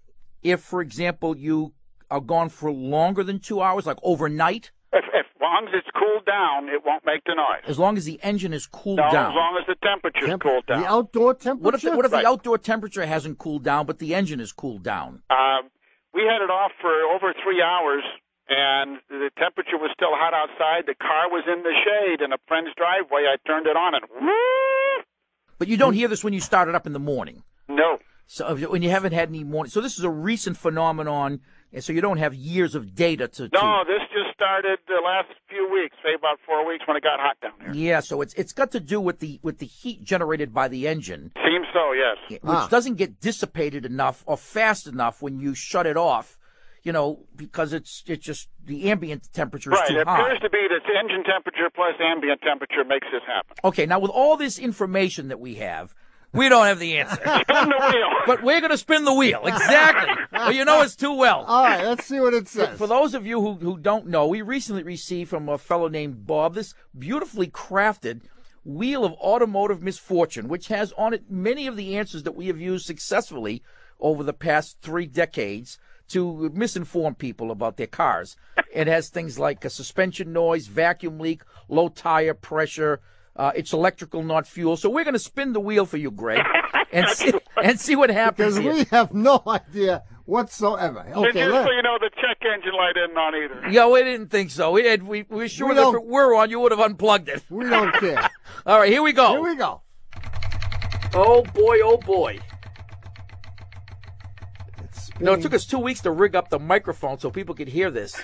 [SPEAKER 2] if, for example, you are gone for longer than two hours, like overnight.
[SPEAKER 10] If, if as long as it's cooled down, it won't make the noise.
[SPEAKER 2] As long as the engine is cooled
[SPEAKER 10] No,
[SPEAKER 2] down.
[SPEAKER 10] as long as the temperature's
[SPEAKER 3] Temp-
[SPEAKER 10] cooled
[SPEAKER 3] The
[SPEAKER 10] down.
[SPEAKER 3] outdoor temperature.
[SPEAKER 2] what if the, what if
[SPEAKER 10] Right.
[SPEAKER 2] the outdoor temperature hasn't cooled down, but the engine is cooled down?
[SPEAKER 10] Um, we had it off for over three hours, and the temperature was still hot outside. The car was in the shade in a friend's driveway. I turned it on and whoo!
[SPEAKER 2] But you don't hear this when you start it up in the morning.
[SPEAKER 10] No.
[SPEAKER 2] So uh, when you haven't had any morning, so this is a recent phenomenon, and so you don't have years of data to.
[SPEAKER 10] No,
[SPEAKER 2] to
[SPEAKER 10] this just started the last few weeks, say about four weeks when it got hot down here.
[SPEAKER 2] yeah, so it's it's got to do with the with the heat generated by the engine,
[SPEAKER 10] Seems so, yes.
[SPEAKER 2] which
[SPEAKER 3] Ah.
[SPEAKER 2] doesn't get dissipated enough or fast enough when you shut it off, you know, because it's it's just the ambient temperature is
[SPEAKER 10] Right.
[SPEAKER 2] too
[SPEAKER 10] It
[SPEAKER 2] high.
[SPEAKER 10] appears to be that engine temperature plus ambient temperature makes this happen.
[SPEAKER 2] Okay, now with all this information that we have, we don't have the answer.
[SPEAKER 10] Spin the wheel.
[SPEAKER 2] but we're going to spin the wheel. Exactly. well, you know us too well.
[SPEAKER 3] All right, let's see what it says.
[SPEAKER 2] For those of you who, who don't know, we recently received from a fellow named Bob this beautifully crafted wheel of automotive misfortune, which has on it many of the answers that we have used successfully over the past three decades to misinform people about their cars. It has things like a suspension noise, vacuum leak, low tire pressure. Uh, it's electrical, not fuel. So we're going to spin the wheel for you, Greg, and see, and see what happens.
[SPEAKER 3] Because
[SPEAKER 2] here.
[SPEAKER 3] we have no idea whatsoever.
[SPEAKER 10] And
[SPEAKER 3] Okay,
[SPEAKER 10] just
[SPEAKER 3] let-
[SPEAKER 10] so you know, the check engine light isn't on either.
[SPEAKER 2] Yeah, we didn't think so. We, had, we, we were sure
[SPEAKER 3] We
[SPEAKER 2] that if
[SPEAKER 3] don't-
[SPEAKER 2] it were on, you would have unplugged it.
[SPEAKER 3] we don't care.
[SPEAKER 2] All right, here we go.
[SPEAKER 3] Here we go.
[SPEAKER 2] Oh boy, oh boy.
[SPEAKER 3] It's
[SPEAKER 2] No,
[SPEAKER 3] spinning.
[SPEAKER 2] it took us two weeks to rig up the microphone so people could hear this.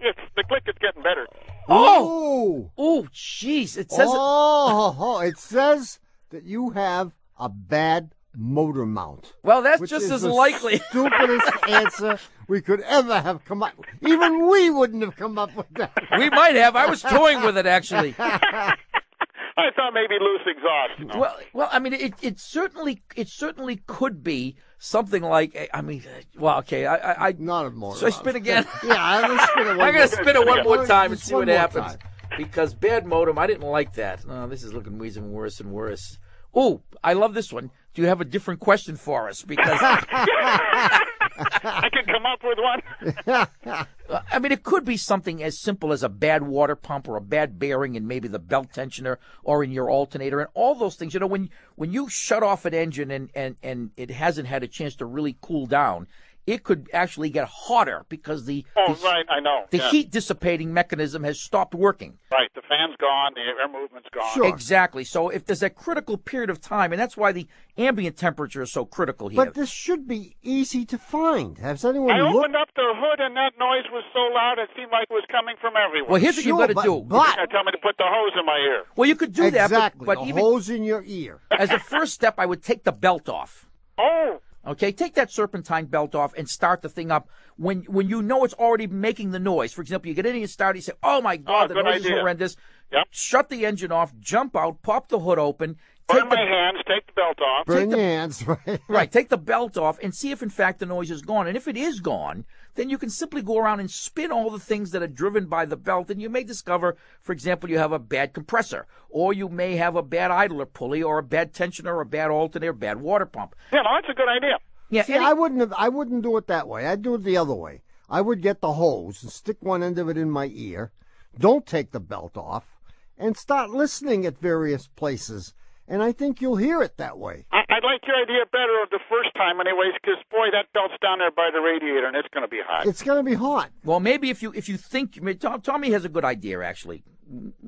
[SPEAKER 10] It's, the click is getting better.
[SPEAKER 2] Oh,
[SPEAKER 3] Ooh.
[SPEAKER 2] oh, jeez. It says
[SPEAKER 3] oh, oh, it says that you have a bad motor mount.
[SPEAKER 2] Well, that's
[SPEAKER 3] which
[SPEAKER 2] just
[SPEAKER 3] is
[SPEAKER 2] as
[SPEAKER 3] the
[SPEAKER 2] likely.
[SPEAKER 3] Stupidest answer we could ever have come up. Even we wouldn't have come up with that.
[SPEAKER 2] we might have. I was toying with it actually.
[SPEAKER 10] I thought maybe loose exhaust. you know.
[SPEAKER 2] Well, well, I mean, it, it certainly it certainly could be something like I mean, well, okay, I I, I
[SPEAKER 3] Not a motor.
[SPEAKER 2] so I
[SPEAKER 3] mount.
[SPEAKER 2] spin again.
[SPEAKER 3] Yeah, I let's spin it. One
[SPEAKER 2] I'm
[SPEAKER 3] more.
[SPEAKER 2] gonna spin it one more
[SPEAKER 3] Just
[SPEAKER 2] time and see
[SPEAKER 3] one
[SPEAKER 2] what
[SPEAKER 3] more
[SPEAKER 2] happens.
[SPEAKER 3] time.
[SPEAKER 2] Because bad modem, I didn't like that. Oh, this is looking worse and worse and worse. Oh, I love this one. Do you have a different question for us? Because
[SPEAKER 10] I could come up with one.
[SPEAKER 2] I mean, it could be something as simple as a bad water pump or a bad bearing and maybe the belt tensioner or in your alternator and all those things. You know, when when you shut off an engine and and and it hasn't had a chance to really cool down, it could actually get hotter because the
[SPEAKER 10] Oh,
[SPEAKER 2] the,
[SPEAKER 10] right, I know.
[SPEAKER 2] the
[SPEAKER 10] yeah.
[SPEAKER 2] heat dissipating mechanism has stopped working.
[SPEAKER 10] Right, the fan's gone, the air movement's gone.
[SPEAKER 3] Sure.
[SPEAKER 2] Exactly. So if there's a critical period of time, and that's why the ambient temperature is so critical here.
[SPEAKER 3] But this should be easy to find. Has anyone
[SPEAKER 10] I
[SPEAKER 3] looked?
[SPEAKER 10] opened up the hood, and that noise was so loud it seemed like it was coming from everywhere.
[SPEAKER 2] well, here's what you
[SPEAKER 3] Sure,
[SPEAKER 2] got to
[SPEAKER 3] but-
[SPEAKER 2] do.
[SPEAKER 3] But
[SPEAKER 10] Now tell me to put the hose in my ear.
[SPEAKER 2] well, you could do that,
[SPEAKER 3] exactly,
[SPEAKER 2] but,
[SPEAKER 3] the
[SPEAKER 2] but even
[SPEAKER 3] holes in your ear.
[SPEAKER 2] as a first step, I would take the belt off.
[SPEAKER 10] Oh,
[SPEAKER 2] Okay, take that serpentine belt off and start the thing up when when you know it's already making the noise. For example, you get in and you start, you say, "Oh my
[SPEAKER 10] Oh,
[SPEAKER 2] god, the
[SPEAKER 10] good
[SPEAKER 2] noise is
[SPEAKER 10] idea.
[SPEAKER 2] horrendous."
[SPEAKER 10] Yep.
[SPEAKER 2] Shut the engine off, jump out, pop the hood open,
[SPEAKER 10] burn
[SPEAKER 2] take
[SPEAKER 10] my
[SPEAKER 2] the
[SPEAKER 10] hands, take the belt off.
[SPEAKER 3] Burn your hands, right?
[SPEAKER 2] Right, take the belt off and see if in fact the noise is gone. And if it is gone, then you can simply go around and spin all the things that are driven by the belt and you may discover, for example, you have a bad compressor or you may have a bad idler pulley or a bad tensioner or a bad alternator, bad water pump.
[SPEAKER 10] Yeah, no, that's a good idea.
[SPEAKER 2] Yeah,
[SPEAKER 3] See,
[SPEAKER 2] any-
[SPEAKER 3] I wouldn't have. I wouldn't do it that way. I'd do it the other way. I would get the hose and stick one end of it in my ear. Don't take the belt off, and start listening at various places. And I think you'll hear it that way.
[SPEAKER 10] I, I like your idea better of the first time, anyways, because boy, that belt's down there by the radiator, and it's going to be hot.
[SPEAKER 3] It's going to be hot.
[SPEAKER 2] well, maybe if you if you think I mean, Tom, Tommy has a good idea actually.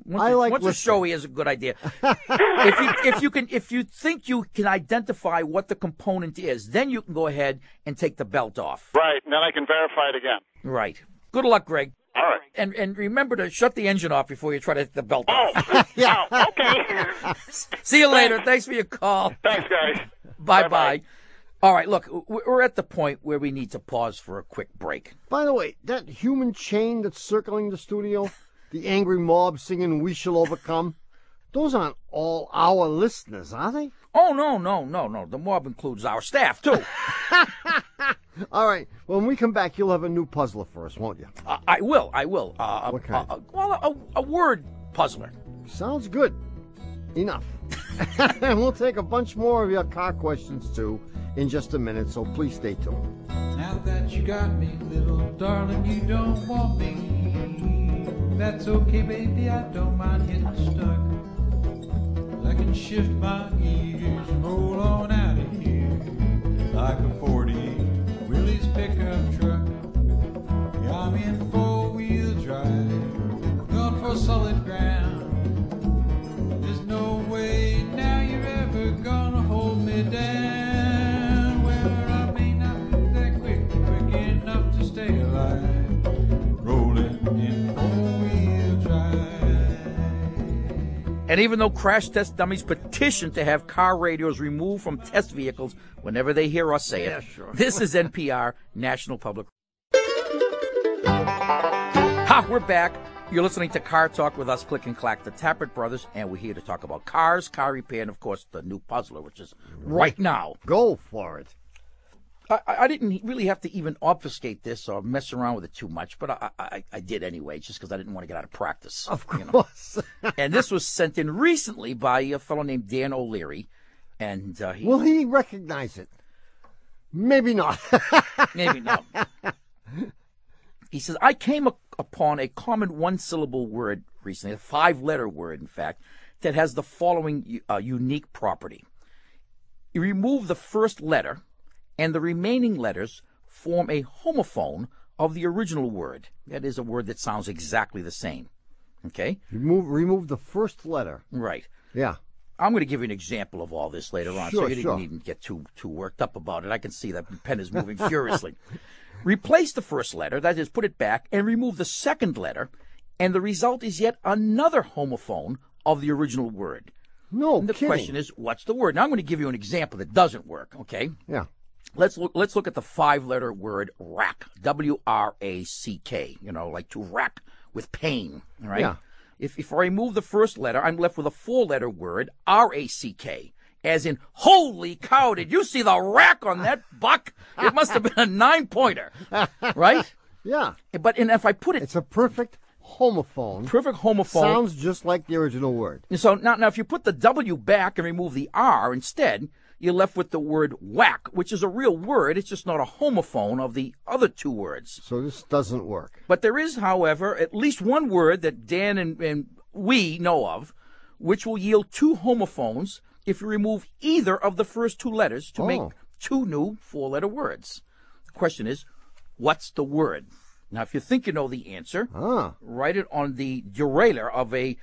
[SPEAKER 2] Once
[SPEAKER 3] I
[SPEAKER 2] a-
[SPEAKER 3] like
[SPEAKER 2] once a
[SPEAKER 3] listening.
[SPEAKER 2] show he has a good idea. if you if you can if you think you can identify what the component is, then you can go ahead and take the belt off.
[SPEAKER 10] Right, and then I can verify it again.
[SPEAKER 2] Right. Good luck, Greg.
[SPEAKER 10] All right.
[SPEAKER 2] And and remember to shut the engine off before you try to hit the belt
[SPEAKER 10] Oh,
[SPEAKER 2] off.
[SPEAKER 10] yeah. okay.
[SPEAKER 2] See you later. Thanks for your call.
[SPEAKER 10] Thanks, guys.
[SPEAKER 2] Bye
[SPEAKER 10] Bye-bye.
[SPEAKER 2] bye. All right, look, w- we're at the point where we need to pause for a quick break.
[SPEAKER 3] By the way, that human chain that's circling the studio, the angry mob singing "We Shall Overcome," those aren't all our listeners, are they?
[SPEAKER 2] Oh no, no, no, no. The mob includes our staff too.
[SPEAKER 3] All right. When we come back, you'll have a new puzzler for us, won't you?
[SPEAKER 2] Uh, I will, I will. Uh,
[SPEAKER 3] What
[SPEAKER 2] a-
[SPEAKER 3] kind?
[SPEAKER 2] a- a- well, a, a word puzzler.
[SPEAKER 3] Sounds good. Enough. and we'll take a bunch more of your car questions too in just a minute, so please stay tuned.
[SPEAKER 11] Now that you got me, little darling, you don't want me. That's okay, baby, I don't mind getting stuck. I can shift my gears and roll on out of here like a 40 Willie's pickup truck. Yeah, I'm in four wheel drive, going for solid ground. There's no way now you're ever gonna hold me down. Well, I may not move that quick, quick enough to stay alive. Rolling in four-wheel drive.
[SPEAKER 2] And even though crash test dummies petition to have car radios removed from test vehicles whenever they hear us say
[SPEAKER 3] Yeah,
[SPEAKER 2] it,
[SPEAKER 3] sure.
[SPEAKER 2] this is NPR, National Public. Ha, we're back. You're listening to Car Talk with us, Click and Clack, the Tappert brothers, and we're here to talk about cars, car repair, and of course, the new puzzler, which is right now.
[SPEAKER 3] Go for it.
[SPEAKER 2] I, I I didn't really have to even obfuscate this or mess around with it too much, but I, I, I did anyway, just because I didn't want to get out of practice.
[SPEAKER 3] Of
[SPEAKER 2] you know.
[SPEAKER 3] course.
[SPEAKER 2] and this was sent in recently by a fellow named Dan O'Leary. And uh, he
[SPEAKER 3] Will he recognize it? Maybe not.
[SPEAKER 2] maybe not. he says, I came a- upon a common one syllable word recently, a five letter word, in fact, that has the following uh, unique property. You remove the first letter, and the remaining letters form a homophone of the original word. That is a word that sounds exactly the same. Okay?
[SPEAKER 3] remove, remove the first letter.
[SPEAKER 2] Right.
[SPEAKER 3] Yeah.
[SPEAKER 2] I'm going to give you an example of all this later on, so
[SPEAKER 3] Sure,
[SPEAKER 2] you didn't
[SPEAKER 3] sure.
[SPEAKER 2] needn't get too too worked up about it. I can see that the pen is moving furiously. Replace the first letter, that is, put it back, and remove the second letter, and the result is yet another homophone of the original word.
[SPEAKER 3] No
[SPEAKER 2] And the
[SPEAKER 3] kidding.
[SPEAKER 2] question is, what's the word? Now I'm going to give you an example that doesn't work. Okay,
[SPEAKER 3] yeah.
[SPEAKER 2] let's look, let's look at the five-letter word rack, W R A C K. You know, like to rack with pain. all Right.
[SPEAKER 3] Yeah.
[SPEAKER 2] If if I remove the first letter, I'm left with a four-letter word, R A C K, as in holy cow! Did you see the rack on that buck? It must have been a nine-pointer, right?
[SPEAKER 3] Yeah.
[SPEAKER 2] But and if I put it
[SPEAKER 3] It's a perfect homophone.
[SPEAKER 2] perfect homophone.
[SPEAKER 3] Sounds just like the original word.
[SPEAKER 2] And So now, now if you put the W back and remove the R instead, you're left with the word whack, which is a real word. It's just not a homophone of the other two words.
[SPEAKER 3] So this doesn't work.
[SPEAKER 2] But there is, however, at least one word that Dan and, and we know of, which will yield two homophones if you remove either of the first two letters to make
[SPEAKER 3] Oh.
[SPEAKER 2] two new four letter words. The question is, what's the word? Now, if you think you know the answer,
[SPEAKER 3] Ah.
[SPEAKER 2] write it on the derailleur of a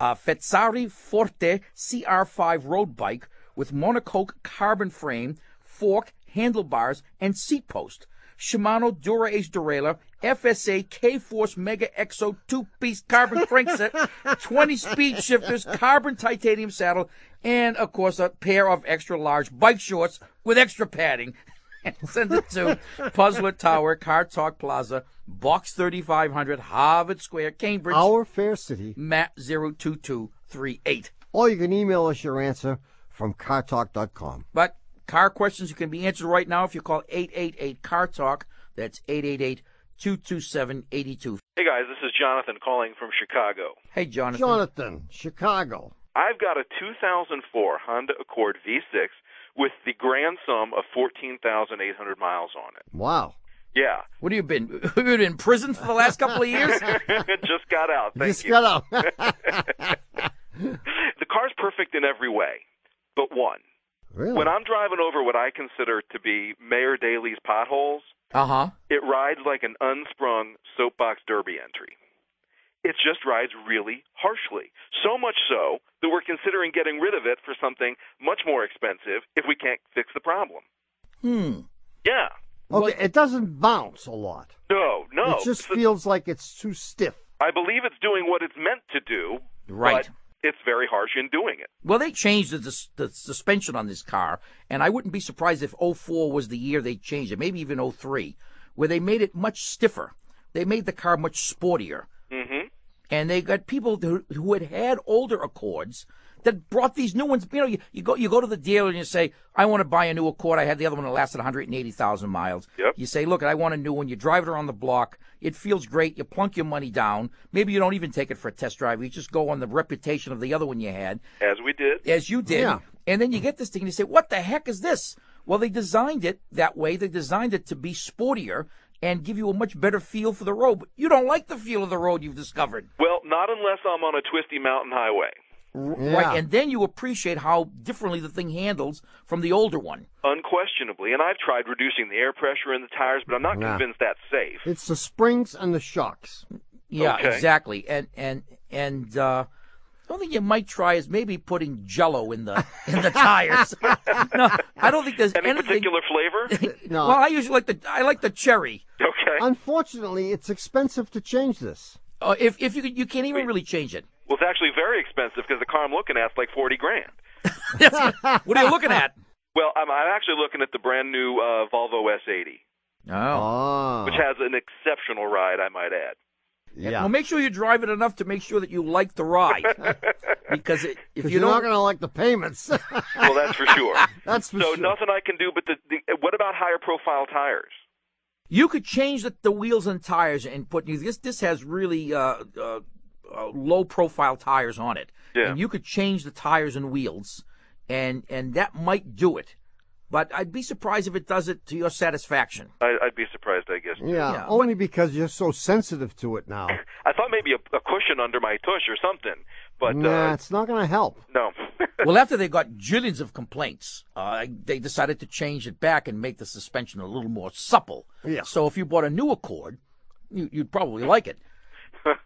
[SPEAKER 2] uh, Fezzari Forte CR5 road bike with monocoque carbon frame, fork, handlebars, and seat post. Shimano Dura Ace derailleur, FSA K Force Mega Exo two piece carbon crankset, 20 speed shifters, carbon titanium saddle, and of course a pair of extra large bike shorts with extra padding. Send it to Puzzler Tower, Car Talk Plaza, Box 3500, Harvard Square, Cambridge,
[SPEAKER 3] Our fair city.
[SPEAKER 2] Matt 02238.
[SPEAKER 3] Or you can email us your answer from cartalk.com.
[SPEAKER 2] But car questions you can be answered right now if you call 888 Car Talk. That's 888 227 82.
[SPEAKER 12] Hey guys, this is Jonathan calling from Chicago.
[SPEAKER 2] Hey, Jonathan.
[SPEAKER 3] Jonathan, Chicago.
[SPEAKER 12] I've got a 2004 Honda Accord V6 with the grand sum of 14,800 miles on it.
[SPEAKER 3] Wow.
[SPEAKER 12] Yeah,
[SPEAKER 2] What have you been? Have you been in prison for the last couple of years?
[SPEAKER 12] just got out. Thank
[SPEAKER 3] Just
[SPEAKER 12] you.
[SPEAKER 3] got out.
[SPEAKER 12] the car's perfect in every way, but one.
[SPEAKER 3] really?
[SPEAKER 12] When I'm driving over what I consider to be Mayor Daley's potholes,
[SPEAKER 2] Uh huh.
[SPEAKER 12] it rides like an unsprung soapbox derby entry. It just rides really harshly. So much so that we're considering getting rid of it for something much more expensive if we can't fix the problem.
[SPEAKER 2] Hmm.
[SPEAKER 12] Yeah.
[SPEAKER 3] okay, it doesn't bounce a lot.
[SPEAKER 12] No, no.
[SPEAKER 3] It just
[SPEAKER 12] So
[SPEAKER 3] feels like it's too stiff.
[SPEAKER 12] I believe it's doing what it's meant to do.
[SPEAKER 2] Right.
[SPEAKER 12] But it's very harsh in doing it.
[SPEAKER 2] Well, they changed the, the, the suspension on this car, and I wouldn't be surprised if 04 was the year they changed it, maybe even 03, where they made it much stiffer. They made the car much sportier.
[SPEAKER 12] Mm-hmm.
[SPEAKER 2] And they got people who, who had had older Accords that brought these new ones. You know, you, you go you go to the dealer and you say, I want to buy a new Accord. I had the other one that lasted 180,000 miles.
[SPEAKER 12] Yep.
[SPEAKER 2] You say, look, I want a new one. You drive it around the block. It feels great. You plunk your money down. Maybe you don't even take it for a test drive. You just go on the reputation of the other one you had
[SPEAKER 12] As we did.
[SPEAKER 2] as you did.
[SPEAKER 3] Yeah.
[SPEAKER 2] And then you get this thing and you say, what the heck is this? Well, they designed it that way. They designed it to be sportier and give you a much better feel for the road. But you don't like the feel of the road you've discovered.
[SPEAKER 12] Well, not unless I'm on a twisty mountain highway.
[SPEAKER 2] Right. And then you appreciate how differently the thing handles from the older one.
[SPEAKER 12] Unquestionably, and I've tried reducing the air pressure in the tires, but I'm not
[SPEAKER 3] Yeah.
[SPEAKER 12] convinced that's safe.
[SPEAKER 3] It's the springs and the shocks.
[SPEAKER 2] Yeah,
[SPEAKER 12] Okay.
[SPEAKER 2] exactly. And and and uh the only thing you might try is maybe putting jello in the in the tires. no, I don't think there's
[SPEAKER 12] Any
[SPEAKER 2] anything
[SPEAKER 12] particular flavor?
[SPEAKER 3] No.
[SPEAKER 2] Well, I usually like the I like the cherry.
[SPEAKER 12] okay.
[SPEAKER 3] Unfortunately, it's expensive to change this.
[SPEAKER 2] Uh, if if you could- you can't even really change it.
[SPEAKER 12] Well, it's actually very expensive because the car I'm looking at's like forty grand.
[SPEAKER 2] What are you looking at?
[SPEAKER 12] Well, I'm, I'm actually looking at the brand new uh, Volvo S80,
[SPEAKER 2] Oh.
[SPEAKER 3] Ah,
[SPEAKER 12] which has an exceptional ride, I might add.
[SPEAKER 3] yeah.
[SPEAKER 2] Well, make sure you drive it enough to make sure that you like the ride. because it, if
[SPEAKER 3] 'Cause
[SPEAKER 2] you
[SPEAKER 3] you're not
[SPEAKER 2] don't,
[SPEAKER 3] going to like the payments.
[SPEAKER 12] Well, that's for sure.
[SPEAKER 3] That's for
[SPEAKER 12] so
[SPEAKER 3] sure.
[SPEAKER 12] nothing I can do, but the, the what about higher profile tires?
[SPEAKER 2] you could change the, the wheels and tires and put this. This has really uh, uh, uh, low profile tires on it,
[SPEAKER 12] Yeah.
[SPEAKER 2] and you could change the tires and wheels, and and that might do it. But I'd be surprised if it does it to your satisfaction.
[SPEAKER 12] I, I'd be surprised, I guess.
[SPEAKER 3] Yeah,
[SPEAKER 2] Yeah,
[SPEAKER 3] only because you're so sensitive to it now.
[SPEAKER 12] I thought maybe a, a cushion under my tush or something, but
[SPEAKER 3] nah,
[SPEAKER 12] uh,
[SPEAKER 3] it's not going to help.
[SPEAKER 12] no.
[SPEAKER 2] well, after they got jillions of complaints, uh, they decided to change it back and make the suspension a little more supple.
[SPEAKER 3] Yeah.
[SPEAKER 2] So if you bought a new Accord, you, you'd probably like it.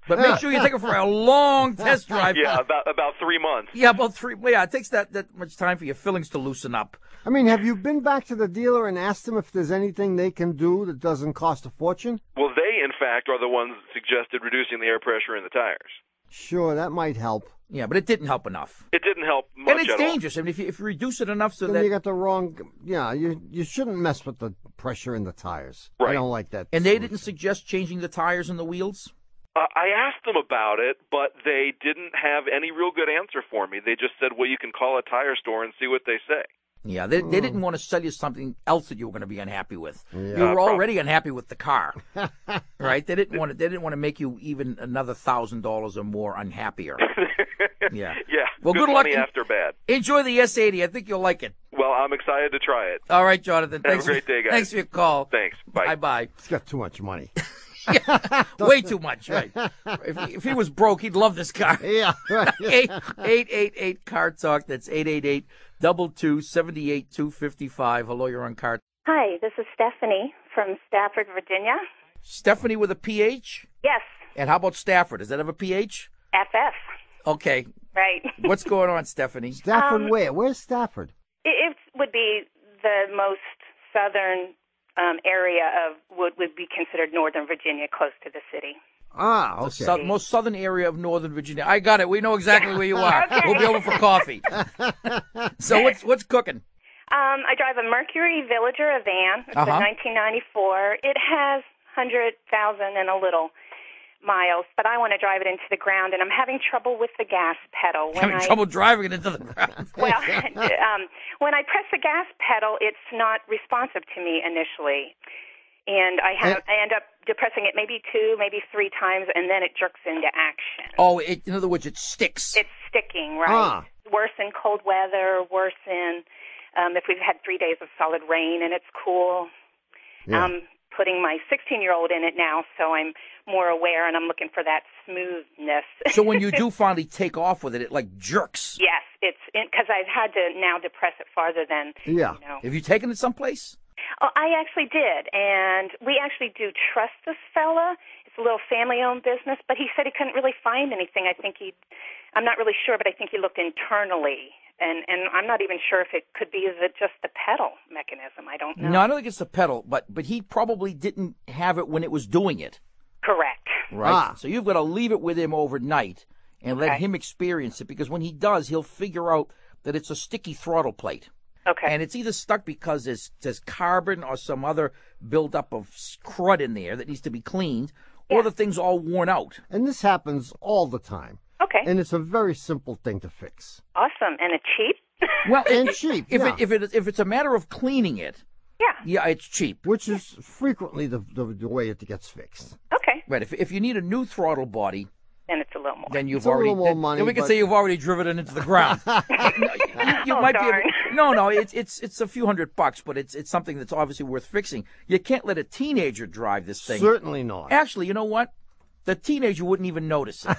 [SPEAKER 2] But make sure you take it for a long test drive.
[SPEAKER 12] yeah, about about three months.
[SPEAKER 2] Yeah, about three. well, Yeah, it takes that, that much time for your fillings to loosen up.
[SPEAKER 3] I mean, have you been back to the dealer and asked them if there's anything they can do that doesn't cost a fortune?
[SPEAKER 12] Well, they in fact are the ones that suggested reducing the air pressure in the tires.
[SPEAKER 3] Sure, that might help.
[SPEAKER 2] Yeah, but it didn't help enough.
[SPEAKER 12] It didn't help much
[SPEAKER 2] and it's
[SPEAKER 12] at
[SPEAKER 2] dangerous. I mean, if you, if you reduce it enough so
[SPEAKER 3] Then
[SPEAKER 2] that
[SPEAKER 3] you got the wrong. Yeah, you you shouldn't mess with the pressure in the tires. I
[SPEAKER 12] Right.
[SPEAKER 3] don't like that.
[SPEAKER 2] and they didn't suggest changing the tires and the wheels.
[SPEAKER 12] all. Uh, I asked them about it, but they didn't have any real good answer for me. They just said, "Well, you can call a tire store and see what they say."
[SPEAKER 2] Yeah, they, they didn't want to sell you something else that you were going to be unhappy with. You
[SPEAKER 12] Uh,
[SPEAKER 2] were
[SPEAKER 12] prob-
[SPEAKER 2] already unhappy with the car, right? They didn't want to. They didn't want to make you even another thousand dollars or more unhappier. yeah.
[SPEAKER 12] Yeah.
[SPEAKER 2] Well, good, luck.
[SPEAKER 12] money after bad.
[SPEAKER 2] Enjoy the S80. I think you'll like it.
[SPEAKER 12] Well, I'm excited to try it.
[SPEAKER 2] All right, Jonathan.
[SPEAKER 12] Have a
[SPEAKER 2] Thanks
[SPEAKER 12] great
[SPEAKER 2] for,
[SPEAKER 12] day, guys.
[SPEAKER 2] Thanks for your call.
[SPEAKER 12] Thanks. Bye.
[SPEAKER 2] bye.
[SPEAKER 3] It's got too much money.
[SPEAKER 2] Way too much, right? if, if he was broke, he'd love this car.
[SPEAKER 3] yeah, right.
[SPEAKER 2] Eight eight eight eight car talk. That's eight eight eight double two seventy eight two fifty five. Hello, you're on car.
[SPEAKER 8] Hi, this is Stephanie from Stafford, Virginia.
[SPEAKER 2] Stephanie with a PH.
[SPEAKER 8] Yes,
[SPEAKER 2] And how about Stafford? Does that have a PH?
[SPEAKER 8] FF.
[SPEAKER 2] Okay.
[SPEAKER 8] Right.
[SPEAKER 2] What's going on, Stephanie?
[SPEAKER 3] Stafford,
[SPEAKER 8] Um,
[SPEAKER 3] where? Where's Stafford?
[SPEAKER 8] It, it would be the most southern um, area of what would be considered northern Virginia, close to the city.
[SPEAKER 3] Ah,
[SPEAKER 2] The
[SPEAKER 3] okay.
[SPEAKER 2] sou- most southern area of northern Virginia. I got it. We know exactly where you are. We'll be over for coffee. so what's what's cooking?
[SPEAKER 8] Um, I drive a Mercury Villager, a van. It's
[SPEAKER 2] Uh-huh.
[SPEAKER 8] a 1994. It has 100,000 and a little miles, but I want to drive it into the ground, and I'm having trouble with the gas pedal. When I,
[SPEAKER 2] Having trouble driving it into the ground.
[SPEAKER 8] Well, um, when I press the gas pedal, it's not responsive to me initially, and I have I end up depressing it maybe two, maybe three times, and then it jerks into action.
[SPEAKER 2] Oh, it, in other words, it sticks.
[SPEAKER 8] It's sticking, right?
[SPEAKER 3] Ah.
[SPEAKER 8] Worse in cold weather, worse in um, if we've had three days of solid rain and it's cool.
[SPEAKER 3] Yeah.
[SPEAKER 8] I'm putting my 16 year old in it now, so I'm more aware and I'm looking for that smoothness.
[SPEAKER 2] so when you do finally take off with it, it like jerks.
[SPEAKER 8] yes, it's because I've had to now depress it farther than
[SPEAKER 3] Yeah.
[SPEAKER 8] you know.
[SPEAKER 2] Have you taken it someplace?
[SPEAKER 8] Oh, I actually did, and we actually do trust this fella. It's a little family-owned business, but he said he couldn't really find anything. I think he, I'm not really sure, but I think he looked internally, and and I'm not even sure if it could be the, just the pedal mechanism. I don't know.
[SPEAKER 2] No, I don't think it's the pedal, but but he probably didn't have it when it was doing it,
[SPEAKER 8] Correct.
[SPEAKER 2] right?
[SPEAKER 3] Ah.
[SPEAKER 2] So you've got to leave it with him overnight and let him experience it because when he does, he'll figure out that it's a sticky throttle plate.
[SPEAKER 5] Okay.
[SPEAKER 2] And it's either stuck because there's, there's carbon or some other buildup of crud in there that needs to be cleaned, or the thing's all worn out.
[SPEAKER 3] And this happens all the time.
[SPEAKER 5] Okay.
[SPEAKER 3] And it's a very simple thing to fix.
[SPEAKER 5] Awesome. And it's cheap?
[SPEAKER 2] Well,
[SPEAKER 3] And cheap,
[SPEAKER 2] If it
[SPEAKER 3] yeah.
[SPEAKER 2] if it if it's a matter of cleaning it,
[SPEAKER 5] Yeah.
[SPEAKER 2] yeah, it's cheap.
[SPEAKER 3] Which is frequently the, the, the way it gets fixed.
[SPEAKER 5] Okay.
[SPEAKER 2] Right. If if you need a new throttle body,
[SPEAKER 5] Then it's a little more.
[SPEAKER 2] then you've
[SPEAKER 3] It's a
[SPEAKER 2] already
[SPEAKER 3] little more
[SPEAKER 2] then-
[SPEAKER 3] money,
[SPEAKER 2] then we can
[SPEAKER 3] but- Oh,
[SPEAKER 2] say you've already driven it into the ground. you you
[SPEAKER 5] Oh,
[SPEAKER 2] might be
[SPEAKER 5] darn.
[SPEAKER 2] able, no, no. It's it's it's a few hundred bucks, but it's it's something that's obviously worth fixing. You can't let a teenager drive this thing.
[SPEAKER 3] Certainly not.
[SPEAKER 2] Actually, you know what? The teenager wouldn't even notice it.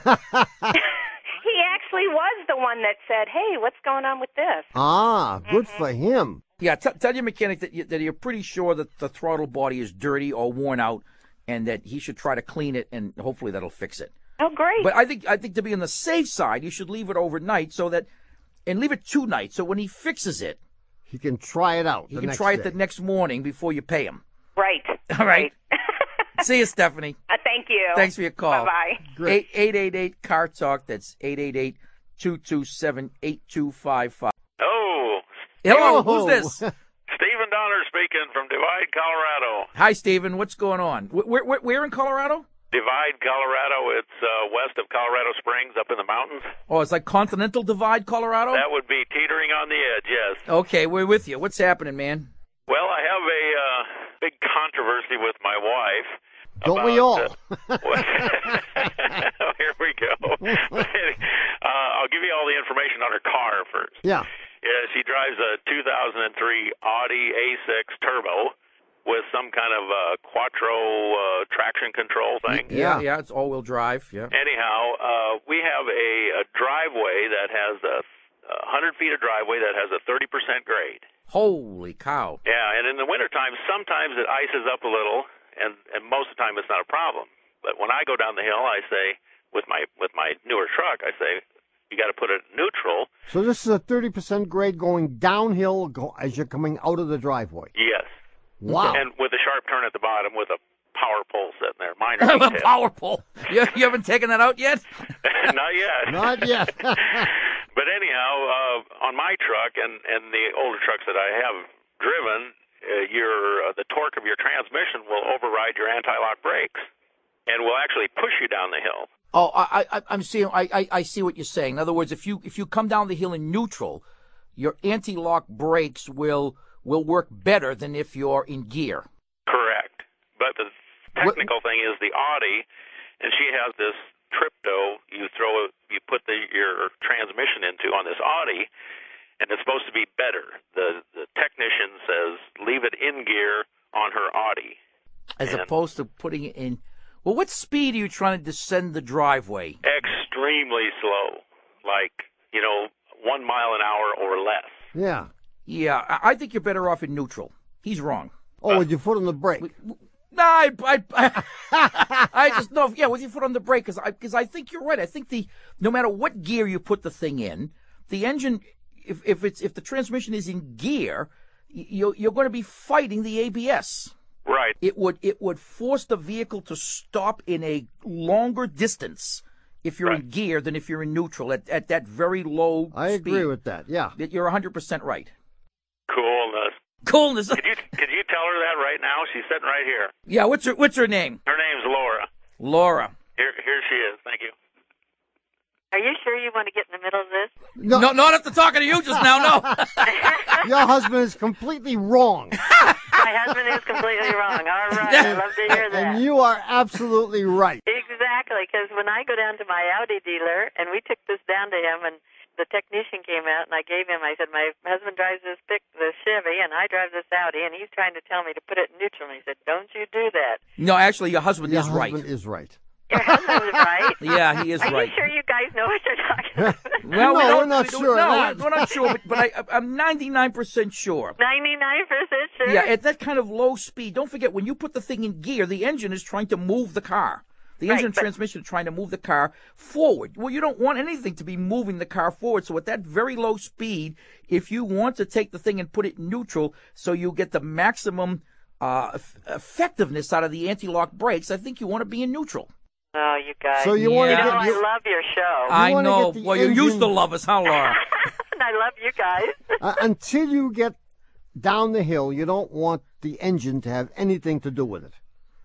[SPEAKER 13] He actually was the one that said, "Hey, what's going on with this?"
[SPEAKER 3] Ah, good for him.
[SPEAKER 2] yeah, t- tell your mechanic that, you, that you're pretty sure that the throttle body is dirty or worn out, and that he should try to clean it, and hopefully that'll fix it.
[SPEAKER 13] Oh, great.
[SPEAKER 2] But I think I think to be on the safe side, you should leave it overnight so that, and leave it two nights. So when he fixes it,
[SPEAKER 3] He can try it out.
[SPEAKER 2] he can try it the next
[SPEAKER 3] next.
[SPEAKER 2] morning before you pay him.
[SPEAKER 13] Right.
[SPEAKER 8] Uh,
[SPEAKER 2] All right. See you, Stephanie.
[SPEAKER 13] Uh, thank you.
[SPEAKER 2] Thanks for your call.
[SPEAKER 13] Bye-bye.
[SPEAKER 3] Great.
[SPEAKER 2] Eight eight eight car talk. That's 888-227-8255.
[SPEAKER 4] Oh,
[SPEAKER 2] Hello,
[SPEAKER 3] Hello.
[SPEAKER 2] who's this?
[SPEAKER 4] Stephen Donner speaking from Divide, Colorado.
[SPEAKER 2] Hi, Steven. What's going on? Wh- Where, where, where in Colorado?
[SPEAKER 4] Divide, Colorado. It's uh, west of Colorado Springs, up in the mountains.
[SPEAKER 2] Oh, it's like Continental Divide, Colorado.
[SPEAKER 4] That would be teetering on the edge. Yes.
[SPEAKER 2] Okay, we're with you. What's happening, man?
[SPEAKER 4] Well, I have a uh, big controversy with my wife.
[SPEAKER 3] Don't we all?
[SPEAKER 4] about, Well, Here we go. uh, I'll give you all the information on her car first.
[SPEAKER 3] yeah.
[SPEAKER 4] Yeah, she drives a 2003 Audi A6 Turbo with some kind of uh, quattro uh, traction control thing.
[SPEAKER 2] Yeah,
[SPEAKER 3] Yeah.
[SPEAKER 2] yeah. It's all-wheel drive. Yeah.
[SPEAKER 4] Anyhow, uh, we have a, a driveway that has a, a 100 feet of driveway that has a 30% grade.
[SPEAKER 2] Holy cow.
[SPEAKER 4] Yeah, and in the wintertime, sometimes it ices up a little, and, and most of the time it's not a problem. But when I go down the hill, I say with my with my newer truck, I say you got to put it neutral.
[SPEAKER 3] So this is a 30% grade going downhill go- as you're coming out of the driveway.
[SPEAKER 4] Yes,
[SPEAKER 3] Wow.
[SPEAKER 4] and with a sharp turn at the bottom with a power pole sitting there. Minor
[SPEAKER 2] A
[SPEAKER 4] detail,
[SPEAKER 2] power pole. You, you haven't taken that out yet?
[SPEAKER 4] not yet.
[SPEAKER 3] Not yet.
[SPEAKER 4] but anyhow, uh, on my truck and and the older trucks that I have driven, uh, your uh, the torque of your transmission will override your anti-lock brakes, and will actually push you down the hill.
[SPEAKER 2] Oh, I, I, I'm seeing. I, I, I see what you're saying. In other words, if you if you come down the hill in neutral, your anti-lock brakes will will work better than if you're in gear.
[SPEAKER 4] Correct. But the technical thing is the Audi, and she has this tripto you throw you put the your transmission into on this Audi, and it's supposed to be better. The the technician says leave it in gear on her Audi.
[SPEAKER 2] as
[SPEAKER 4] And-
[SPEAKER 2] opposed to putting it in. Well, what speed are you trying to descend the driveway?
[SPEAKER 4] Extremely slow, like you know one mile an hour or less.
[SPEAKER 3] yeah.
[SPEAKER 2] Yeah, I, I think you're better off in neutral. He's wrong.
[SPEAKER 3] Oh, with your foot on the brake.
[SPEAKER 2] No, I, I, I, I just no. Yeah, with your foot on the brake, because I, because I think you're right. I think the no matter what gear you put the thing in, the engine, if if it's if the transmission is in gear, y- you're you're going to be fighting the ABS.
[SPEAKER 4] Right.
[SPEAKER 2] It would it would force the vehicle to stop in a longer distance if you're in gear than if you're in neutral at, at that very low.
[SPEAKER 3] I agree
[SPEAKER 2] speed.
[SPEAKER 3] with that. Yeah.
[SPEAKER 2] That You're 100% right.
[SPEAKER 4] Coolness.
[SPEAKER 2] Coolness.
[SPEAKER 4] Could you could you tell her that right now? She's sitting right here.
[SPEAKER 2] yeah, what's her what's her name?
[SPEAKER 4] Her name's Laura.
[SPEAKER 2] Laura.
[SPEAKER 4] Here here she is. Thank you.
[SPEAKER 13] Are you sure you want to get in the middle of this?
[SPEAKER 3] No,
[SPEAKER 2] No, not after talking to you just now, no.
[SPEAKER 3] your husband is completely wrong.
[SPEAKER 13] My husband is completely wrong. All right, I love to hear that.
[SPEAKER 3] and you are absolutely right.
[SPEAKER 13] Exactly, because when I go down to my Audi dealer, and we took this down to him, and the technician came out, and I gave him, I said, my husband drives this pick, this Chevy, and I drive this Audi, and he's trying to tell me to put it in neutral. And he said, don't you do that.
[SPEAKER 2] No, actually your husband
[SPEAKER 3] Your
[SPEAKER 2] is right.
[SPEAKER 3] husband is right.
[SPEAKER 13] Your husband was right.
[SPEAKER 2] Yeah, he is
[SPEAKER 13] Are
[SPEAKER 2] right.
[SPEAKER 13] you sure you guys know what you're talking about?
[SPEAKER 2] Well, we
[SPEAKER 3] No,
[SPEAKER 2] don't,
[SPEAKER 3] we're not
[SPEAKER 2] we don't-
[SPEAKER 3] sure of
[SPEAKER 2] No,
[SPEAKER 3] that.
[SPEAKER 2] we're not sure, but, but I, I'm 99% sure.
[SPEAKER 13] 99% sure?
[SPEAKER 2] Yeah, at that kind of low speed, don't forget when you put the thing in gear, the engine is trying to move the car. The engine and transmission are trying to move the car forward. Well, you don't want anything to be moving the car forward. So at that very low speed, if you want to take the thing and put it in neutral, so you get the maximum uh, eff- effectiveness out of the anti-lock brakes, I think you want to be in neutral.
[SPEAKER 13] Oh, you guys.
[SPEAKER 3] So you wanna
[SPEAKER 13] You know,
[SPEAKER 3] get- you-
[SPEAKER 13] I love your show.
[SPEAKER 2] I
[SPEAKER 3] wanna
[SPEAKER 2] know.
[SPEAKER 3] get the
[SPEAKER 2] Well, you used to
[SPEAKER 3] engine-
[SPEAKER 2] love us, huh, Laura?
[SPEAKER 13] And I love you guys.
[SPEAKER 3] uh, until you get down the hill, you don't want the engine to have anything to do with it.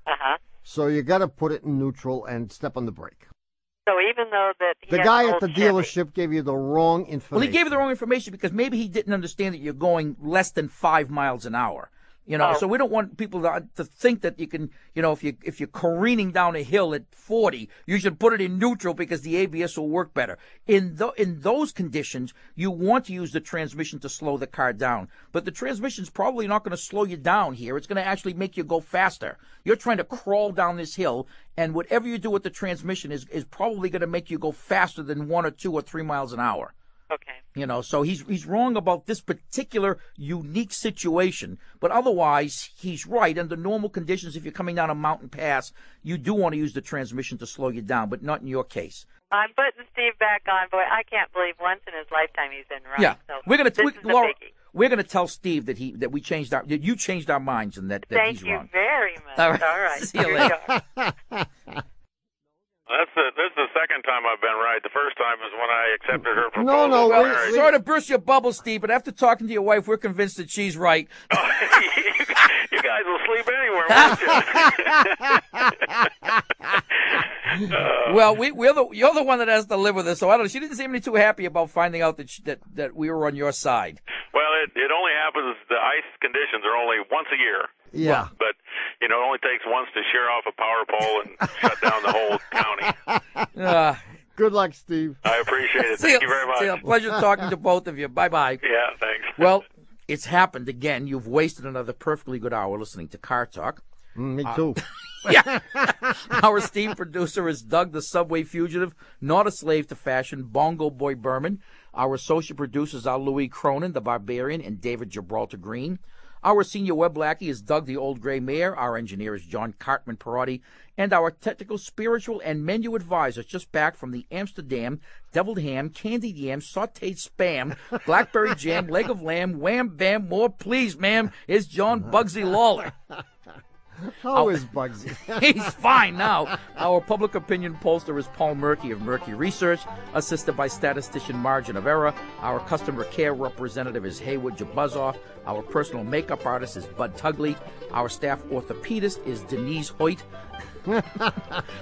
[SPEAKER 13] Uh
[SPEAKER 2] Uh-huh.
[SPEAKER 13] huh.
[SPEAKER 3] So you got to put it in neutral and step on the brake.
[SPEAKER 13] So even though that he
[SPEAKER 3] The
[SPEAKER 13] has
[SPEAKER 3] guy
[SPEAKER 13] an
[SPEAKER 3] at
[SPEAKER 13] old
[SPEAKER 3] the
[SPEAKER 13] Chevy-
[SPEAKER 3] dealership gave you the wrong information.
[SPEAKER 2] Well, he gave you the wrong information because maybe he didn't understand that you're going less than five miles an hour. You know,
[SPEAKER 13] Oh.
[SPEAKER 2] so we don't want people to, to think that you can, you know, if you if you're careening down a hill at 40, you should put it in neutral because the ABS will work better. In tho- in those conditions, you want to use the transmission to slow the car down, but the transmission's probably not going to slow you down here. It's going to actually make you go faster. You're trying to crawl down this hill, and whatever you do with the transmission is is probably going to make you go faster than one or two or three miles an hour.
[SPEAKER 13] Okay.
[SPEAKER 2] You know, so he's he's wrong about this particular unique situation, but otherwise he's right. Under normal conditions, if you're coming down a mountain pass, you do want to use the transmission to slow you down, but not in your case.
[SPEAKER 13] I'm putting Steve back on, boy. I can't believe once in his lifetime he's been wrong.
[SPEAKER 2] yeah,
[SPEAKER 13] So
[SPEAKER 2] we're gonna
[SPEAKER 13] this
[SPEAKER 2] we,
[SPEAKER 13] is a
[SPEAKER 2] Laura,
[SPEAKER 13] biggie.
[SPEAKER 2] we're gonna tell Steve that he that we changed our that you changed our minds and that, that
[SPEAKER 13] Thank
[SPEAKER 2] he's
[SPEAKER 13] you
[SPEAKER 2] wrong.
[SPEAKER 13] very much.
[SPEAKER 2] All right.
[SPEAKER 13] All right.
[SPEAKER 2] See you
[SPEAKER 13] Here we
[SPEAKER 2] later.
[SPEAKER 13] go.
[SPEAKER 14] That's the this is the second time I've been right. The first time is when I accepted her proposal.
[SPEAKER 3] No, no,
[SPEAKER 14] for
[SPEAKER 3] wait,
[SPEAKER 14] marriage.
[SPEAKER 3] wait.
[SPEAKER 2] Sorry to burst your bubble, Steve, but after talking to your wife, we're convinced that she's right.
[SPEAKER 14] you guys will sleep anywhere, won't you?
[SPEAKER 2] Well, we, we're the you're the one that has to live with this, so I don't. She didn't seem any too happy about finding out that she, that that we were on your side.
[SPEAKER 14] well, it it only happens. The ice conditions are only once a year,
[SPEAKER 3] yeah.
[SPEAKER 14] but you know it only takes once to shear off a power pole and shut down the whole county.
[SPEAKER 2] Uh,
[SPEAKER 3] Good luck, Steve.
[SPEAKER 14] I appreciate it.
[SPEAKER 2] See
[SPEAKER 14] Thank you very much.
[SPEAKER 2] see ya. Pleasure talking to both of you. Bye bye.
[SPEAKER 14] Yeah, thanks.
[SPEAKER 2] Well, it's happened again. You've wasted another perfectly good hour listening to Car Talk. Uh,
[SPEAKER 3] Mm, me too.
[SPEAKER 2] Our esteemed producer is Doug the Subway Fugitive, not a slave to fashion, Bongo Boy Berman. Our associate producers are Louis Cronin, the Barbarian, and David Gibraltar Green. Our senior web lackey is Doug the Old Gray Mare. Our engineer is John Cartman Parati. And our technical, spiritual, and menu advisor is just back from the Amsterdam deviled ham, candied yam, sauteed spam, blackberry jam, leg of lamb, wham bam, more please, ma'am, is John Bugsy Lawler.
[SPEAKER 3] How is Bugsy?
[SPEAKER 2] He's fine now. Our public opinion pollster is Paul Murky of Murky Research, assisted by statistician Margin of Error. Our customer care representative is Haywood Jabuzzoff. Our personal makeup artist is Bud Tugley. Our staff orthopedist is Denise Hoyt.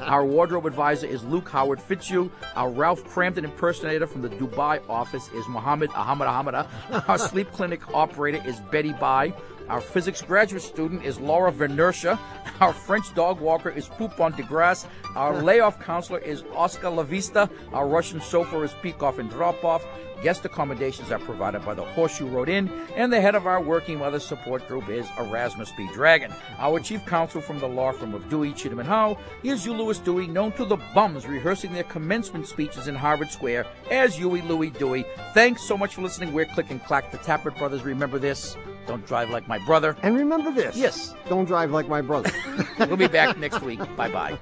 [SPEAKER 2] Our wardrobe advisor is Luke Howard Fitzhugh. Our Ralph Crampton impersonator from the Dubai office is Mohammed Ahmed Ahmada. Our sleep clinic operator is Betty Bai. Our physics graduate student is Laura Venertia. Our French dog walker is Poupon de Grasse. Our layoff counselor is Oscar Lavista. Our Russian chauffeur is Peekoff and Dropoff. Guest accommodations are provided by the Horseshoe Road Inn, and the head of our Working Mothers Support Group is Erasmus B. Dragon. Our chief counsel from the law firm of Dewey, Chittum and Howe is Hugh Lewis Dewey, known to the bums rehearsing their commencement speeches in Harvard Square as Huey Louie Dewey. Thanks so much for listening. We're Click and Clack, the Tappert Brothers. Remember this, don't drive like my brother.
[SPEAKER 3] And remember this.
[SPEAKER 2] Yes.
[SPEAKER 3] Don't drive like my brother.
[SPEAKER 2] We'll be back next week. Bye-bye.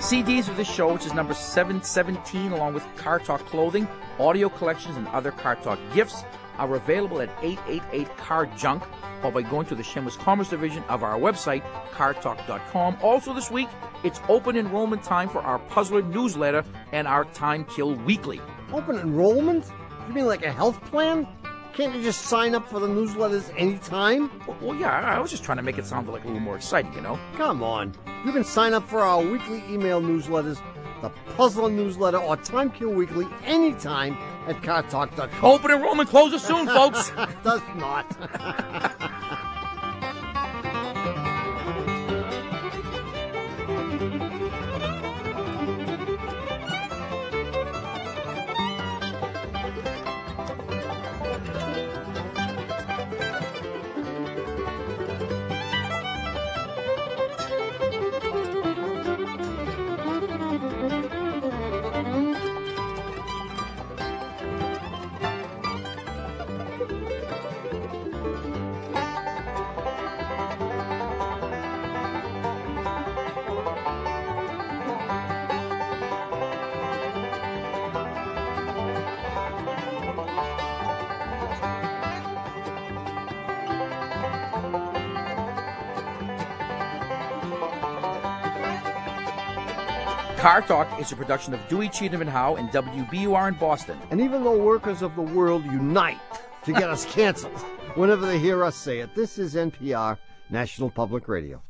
[SPEAKER 2] CDs of the show, which is number 717, along with Car Talk clothing, audio collections, and other Car Talk gifts, are available at 888 Car Junk or by going to the Shameless Commerce Division of our website, cartalk.com. Also, this week, it's open enrollment time for our Puzzler newsletter and our Time Kill Weekly.
[SPEAKER 3] Open enrollment? You mean like a health plan? Can't you just sign up for the newsletters anytime?
[SPEAKER 2] Well, well, yeah, I I was just trying to make it sound like a little more exciting, you know?
[SPEAKER 3] Come on. You can sign up for our weekly email newsletters, the Puzzler newsletter, or Time Kill Weekly anytime at CarTalk.com.
[SPEAKER 2] Open enrollment closes soon, folks!
[SPEAKER 3] Does not.
[SPEAKER 2] Car Talk is a production of Dewey Cheatham and Howe and WBUR in Boston.
[SPEAKER 3] And even though workers of the world unite to get us canceled whenever they hear us say it, this is NPR, National Public Radio.